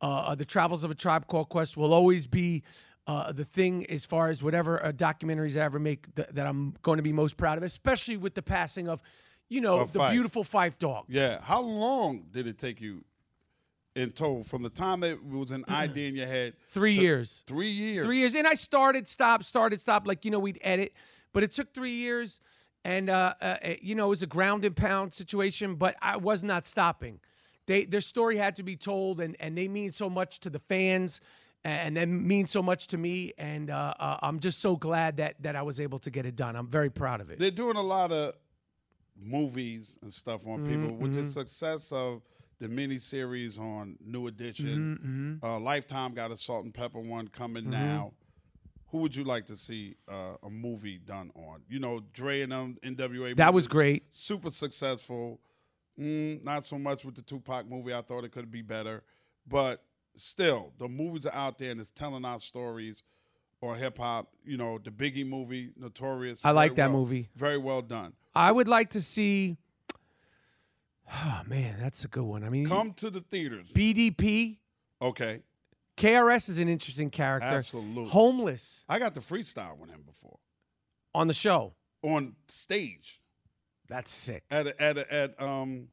[SPEAKER 4] uh, the travels of a tribe called Quest will always be uh, the thing as far as whatever uh, documentaries I ever make th- that I'm going to be most proud of, especially with the passing of, you know,
[SPEAKER 6] Of
[SPEAKER 4] Oh, the
[SPEAKER 6] Fife.
[SPEAKER 4] beautiful Fife dog.
[SPEAKER 6] Yeah. How long did it take you in total from the time it was an idea in your head?
[SPEAKER 4] Three
[SPEAKER 6] to-
[SPEAKER 4] years.
[SPEAKER 6] Three years.
[SPEAKER 4] Three years. And I started, stop, started, stop. Like, you know, we'd edit, but it took three years. And, uh, uh, it- you know, it was a ground and pound situation, but I was not stopping. They, their story had to be told, and, and they mean so much to the fans, and they mean so much to me. And uh, uh, I'm just so glad that, that I was able to get it done. I'm very proud of it.
[SPEAKER 6] They're doing a lot of movies and stuff on people with the
[SPEAKER 4] mhm.
[SPEAKER 6] success of the miniseries on New
[SPEAKER 4] Mm-hmm,
[SPEAKER 6] Edition. Uh, Lifetime got a salt and pepper one coming
[SPEAKER 4] Mhm.
[SPEAKER 6] now. Who would you like to see uh, a movie done on? You know, Dre and them NWA.
[SPEAKER 4] That
[SPEAKER 6] movie,
[SPEAKER 4] was great.
[SPEAKER 6] Super successful. Mm, not so much with the Tupac movie. I thought it could be better, but still, the movies are out there and it's telling our stories or hip hop. You know, the Biggie movie, Notorious.
[SPEAKER 4] I
[SPEAKER 6] very
[SPEAKER 4] like that
[SPEAKER 6] well-
[SPEAKER 4] movie.
[SPEAKER 6] Very well done.
[SPEAKER 4] I would like to see. Oh, man, that's a good one. I mean,
[SPEAKER 6] Come to the theaters.
[SPEAKER 4] BDP.
[SPEAKER 6] Okay.
[SPEAKER 4] KRS is an interesting character.
[SPEAKER 6] Absolutely.
[SPEAKER 4] Homeless
[SPEAKER 6] I got the freestyle with him before
[SPEAKER 4] on the show.
[SPEAKER 6] on stage
[SPEAKER 4] That's sick.
[SPEAKER 6] at a, at a, at um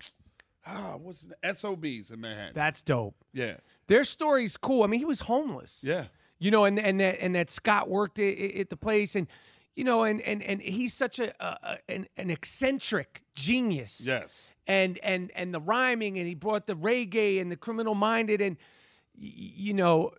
[SPEAKER 6] ah what's the, SOBs in Manhattan.
[SPEAKER 4] That's dope.
[SPEAKER 6] yeah.
[SPEAKER 4] Their story's cool. I mean, he was homeless.
[SPEAKER 6] Yeah.
[SPEAKER 4] You know, and and that and that Scott worked at, at the place, and you know, and and and he's such a, a a- an an eccentric genius.
[SPEAKER 6] Yes.
[SPEAKER 4] and and and the rhyming and he brought the reggae and the criminal minded and y- you know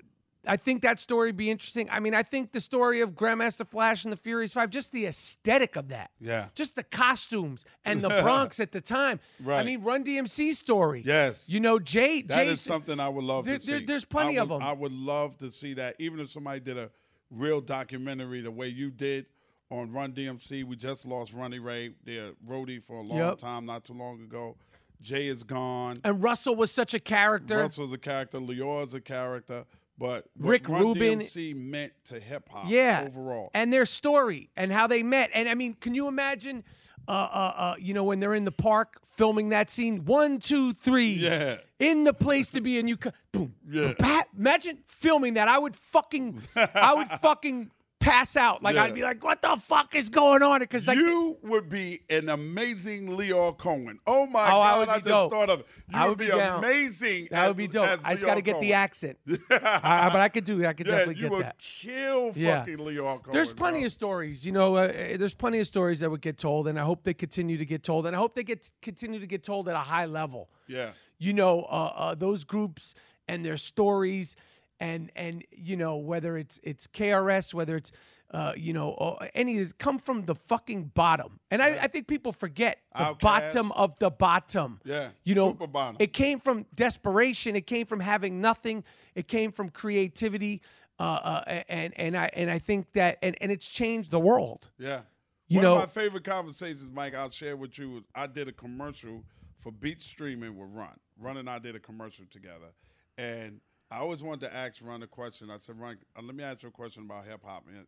[SPEAKER 4] i think that story would be interesting i mean i think the story of grandmaster flash and the furious five just the aesthetic of that
[SPEAKER 6] Yeah.
[SPEAKER 4] just the costumes and the bronx at the time i
[SPEAKER 6] Right.
[SPEAKER 4] mean run dmc story
[SPEAKER 6] Yes.
[SPEAKER 4] you know jay
[SPEAKER 6] That
[SPEAKER 4] jay
[SPEAKER 6] is something I would love
[SPEAKER 4] There-
[SPEAKER 6] to see.
[SPEAKER 4] there- there's plenty
[SPEAKER 6] I
[SPEAKER 4] of
[SPEAKER 6] would-
[SPEAKER 4] 'em.
[SPEAKER 6] I would love to see that. Even if somebody did a real documentary the way you did on Run DMC, we just lost Ronnie Ray, their roadie for a long
[SPEAKER 4] Yep.
[SPEAKER 6] time, not too long ago. Jay is gone.
[SPEAKER 4] and russell was such a character
[SPEAKER 6] Russell's a character. Leor's a character. But what
[SPEAKER 4] Rick
[SPEAKER 6] Run
[SPEAKER 4] Rubin-
[SPEAKER 6] DMC meant to hip hop.
[SPEAKER 4] yeah
[SPEAKER 6] Overall.
[SPEAKER 4] and their story and how they met and i mean can you imagine uh, uh, uh, you know when they're in the park filming that scene one two three
[SPEAKER 6] Yeah.
[SPEAKER 4] in the place to be and you co- boom
[SPEAKER 6] Yeah.
[SPEAKER 4] pat, imagine filming that i would fucking i would fucking pass out like
[SPEAKER 6] Yeah.
[SPEAKER 4] i'd be like what the fuck is going on because like
[SPEAKER 6] you would be an amazing Leo Cohen. Oh my
[SPEAKER 4] Oh, I
[SPEAKER 6] God!
[SPEAKER 4] would
[SPEAKER 6] I,
[SPEAKER 4] be
[SPEAKER 6] just
[SPEAKER 4] dope.
[SPEAKER 6] thought of it. You
[SPEAKER 4] I
[SPEAKER 6] would,
[SPEAKER 4] would
[SPEAKER 6] be,
[SPEAKER 4] be down.
[SPEAKER 6] amazing.
[SPEAKER 4] that
[SPEAKER 6] as-
[SPEAKER 4] would be dope
[SPEAKER 6] as
[SPEAKER 4] i just gotta
[SPEAKER 6] Leo
[SPEAKER 4] get the
[SPEAKER 6] Cohen.
[SPEAKER 4] accent I- I- but i could do it i could
[SPEAKER 6] Yeah,
[SPEAKER 4] definitely
[SPEAKER 6] you
[SPEAKER 4] get
[SPEAKER 6] would
[SPEAKER 4] that
[SPEAKER 6] kill
[SPEAKER 4] Yeah.
[SPEAKER 6] fucking Leo Cohen.
[SPEAKER 4] There's plenty
[SPEAKER 6] bro.
[SPEAKER 4] of stories, you know. Uh, eh, there's plenty of stories that would get told, and I hope they continue to get told, and I hope they get continue to get told at a high level.
[SPEAKER 6] Yeah.
[SPEAKER 4] You know, uh, uh, those groups and their stories, and and you know whether it's it's KRS, whether it's uh, you know uh, any of these come from the fucking bottom, and I, I think people forget the
[SPEAKER 6] Outkast.
[SPEAKER 4] bottom of the bottom.
[SPEAKER 6] Yeah,
[SPEAKER 4] You know,
[SPEAKER 6] super bottom.
[SPEAKER 4] it came from desperation. It came from having nothing. It came from creativity. Uh, uh, a- and and I and I think that and, and it's changed the world.
[SPEAKER 6] Yeah.
[SPEAKER 4] You
[SPEAKER 6] One
[SPEAKER 4] know-
[SPEAKER 6] of my favorite conversations, Mike, I'll share with you. Is I did a commercial for Beat Streaming with Run. Run and I did a commercial together. And I always wanted to ask Run a question. I said, Run, uh, let me ask you a question about hip hop. And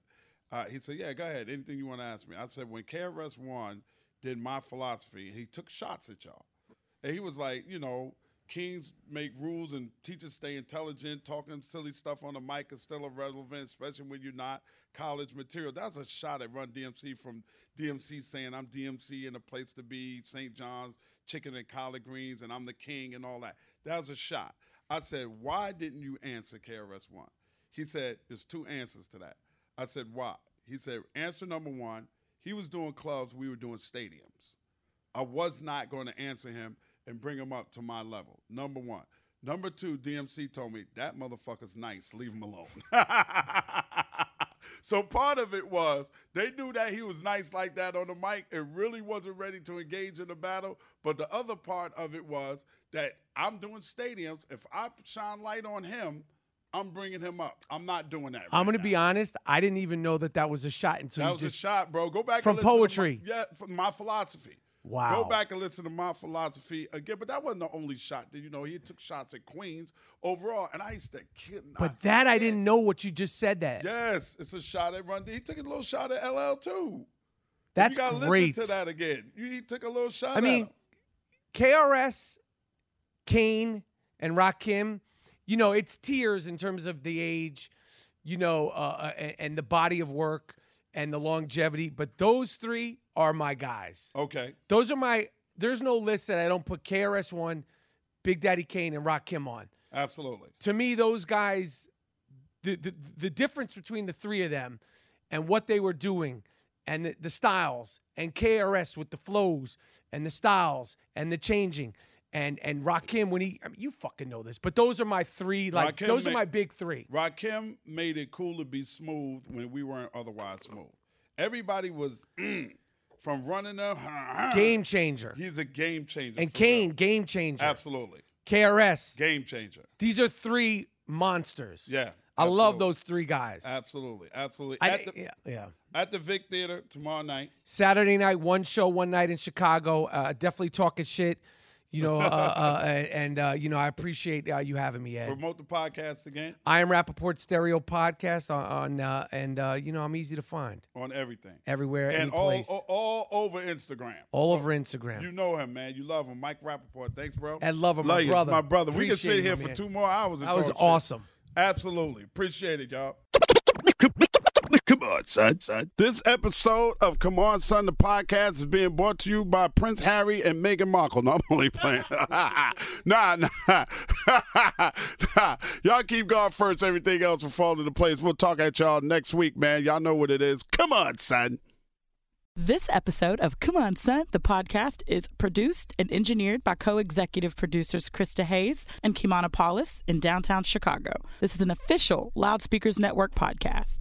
[SPEAKER 6] uh, he said, Yeah, go ahead. Anything you want to ask me. I said, When KRS One did my philosophy, he took shots at y'all. And he was like, you know, kings make rules and teachers stay intelligent. Talking silly stuff on the mic is still irrelevant, especially when you're not college material. That's a shot at Run DMC from DMC saying, I'm DMC and a place to be, St. John's, chicken and collard greens, and I'm the king and all that. That was a shot. I said, Why didn't you answer KRS One? He said, There's two answers to that. I said, Why? He said, Answer number one, he was doing clubs, we were doing stadiums. I was not going to answer him and bring him up to my level. Number one. Number two, DMC told me that motherfucker's nice. Leave him alone. so part of it was they knew that he was nice like that on the mic and really wasn't ready to engage in the battle. But the other part of it was that I'm doing stadiums. If I shine light on him, I'm bringing him up. I'm not doing that.
[SPEAKER 4] I'm gonna be honest. I didn't even know that that was a shot until
[SPEAKER 6] that
[SPEAKER 4] you
[SPEAKER 6] was
[SPEAKER 4] just
[SPEAKER 6] a shot, bro. Go back
[SPEAKER 4] From
[SPEAKER 6] and listen to
[SPEAKER 4] poetry.
[SPEAKER 6] my, yeah, from my philosophy.
[SPEAKER 4] Wow.
[SPEAKER 6] Go back and listen to my philosophy again. But that wasn't the only shot. That, you know, he took shots at Queens overall, and I used to kid.
[SPEAKER 4] But that I didn't know what you just said. That
[SPEAKER 6] yes, it's a shot at Run. D. He took a little shot at LL too.
[SPEAKER 4] That's
[SPEAKER 6] you gotta
[SPEAKER 4] great.
[SPEAKER 6] Listen to that again. You, he took a little shot.
[SPEAKER 4] I mean, KRS, Kane, and Rakim, you know, it's tiers in terms of the age, you know, uh, and, and the body of work and the longevity. But those three are my guys.
[SPEAKER 6] Okay.
[SPEAKER 4] Those are my, there's no list that I don't put KRS1, Big Daddy Kane, and Rakim on.
[SPEAKER 6] Absolutely.
[SPEAKER 4] To me, those guys, the, the, the difference between the three of them and what they were doing and the, the styles and KRS with the flows and the styles and the changing and and Rakim when he I mean, you fucking know this but those are my three like
[SPEAKER 6] Rakim
[SPEAKER 4] those are
[SPEAKER 6] ma-
[SPEAKER 4] my big three
[SPEAKER 6] Rakim made it cool to be smooth when we weren't otherwise smooth. Everybody was mm, from running the
[SPEAKER 4] game changer
[SPEAKER 6] He's a game changer.
[SPEAKER 4] and
[SPEAKER 6] for real.
[SPEAKER 4] Kane game changer
[SPEAKER 6] Absolutely.
[SPEAKER 4] KRS
[SPEAKER 6] Game changer.
[SPEAKER 4] these are three monsters
[SPEAKER 6] Yeah,
[SPEAKER 4] I love
[SPEAKER 6] absolutely.
[SPEAKER 4] those three guys
[SPEAKER 6] Absolutely. Absolutely.
[SPEAKER 4] I-
[SPEAKER 6] at, the,
[SPEAKER 4] yeah, yeah.
[SPEAKER 6] at the Vic Theater tomorrow night.
[SPEAKER 4] Saturday night, one show, one night in Chicago. Uh, definitely talking shit, you know. Uh, uh, and uh, you know, I appreciate uh, you having me, Ed.
[SPEAKER 6] Promote the podcast again
[SPEAKER 4] I am Rappaport Stereo Podcast on, on uh, and uh, you know, I'm easy to find
[SPEAKER 6] on everything.
[SPEAKER 4] everywhere,
[SPEAKER 6] and
[SPEAKER 4] any
[SPEAKER 6] all,
[SPEAKER 4] place, all,
[SPEAKER 6] all all over Instagram.
[SPEAKER 4] over Instagram.
[SPEAKER 6] You know him, man. You love him, Mike Rappaport. Thanks, bro.
[SPEAKER 4] I love him, my
[SPEAKER 6] you. It's
[SPEAKER 4] brother.
[SPEAKER 6] My brother. we can
[SPEAKER 4] Appreciate
[SPEAKER 6] sit
[SPEAKER 4] you,
[SPEAKER 6] here
[SPEAKER 4] my
[SPEAKER 6] for
[SPEAKER 4] man.
[SPEAKER 6] two more hours. And
[SPEAKER 4] That was
[SPEAKER 6] talk shit.
[SPEAKER 4] awesome.
[SPEAKER 6] Absolutely. Appreciate it, y'all. Come on, son, son. This episode of Come On, Son, the podcast is being brought to you by Prince Harry and Meghan Markle. No, I'm only playing. nah, nah. nah. Y'all keep going first. Everything else will fall into place. We'll talk at y'all next week, man. Y'all know what it is. Come on, son.
[SPEAKER 1] This episode of Come On Son, the podcast, is produced and engineered by co executive producers Krista Hayes and Kimana Paulus in downtown Chicago. This is an official Loudspeakers Network podcast.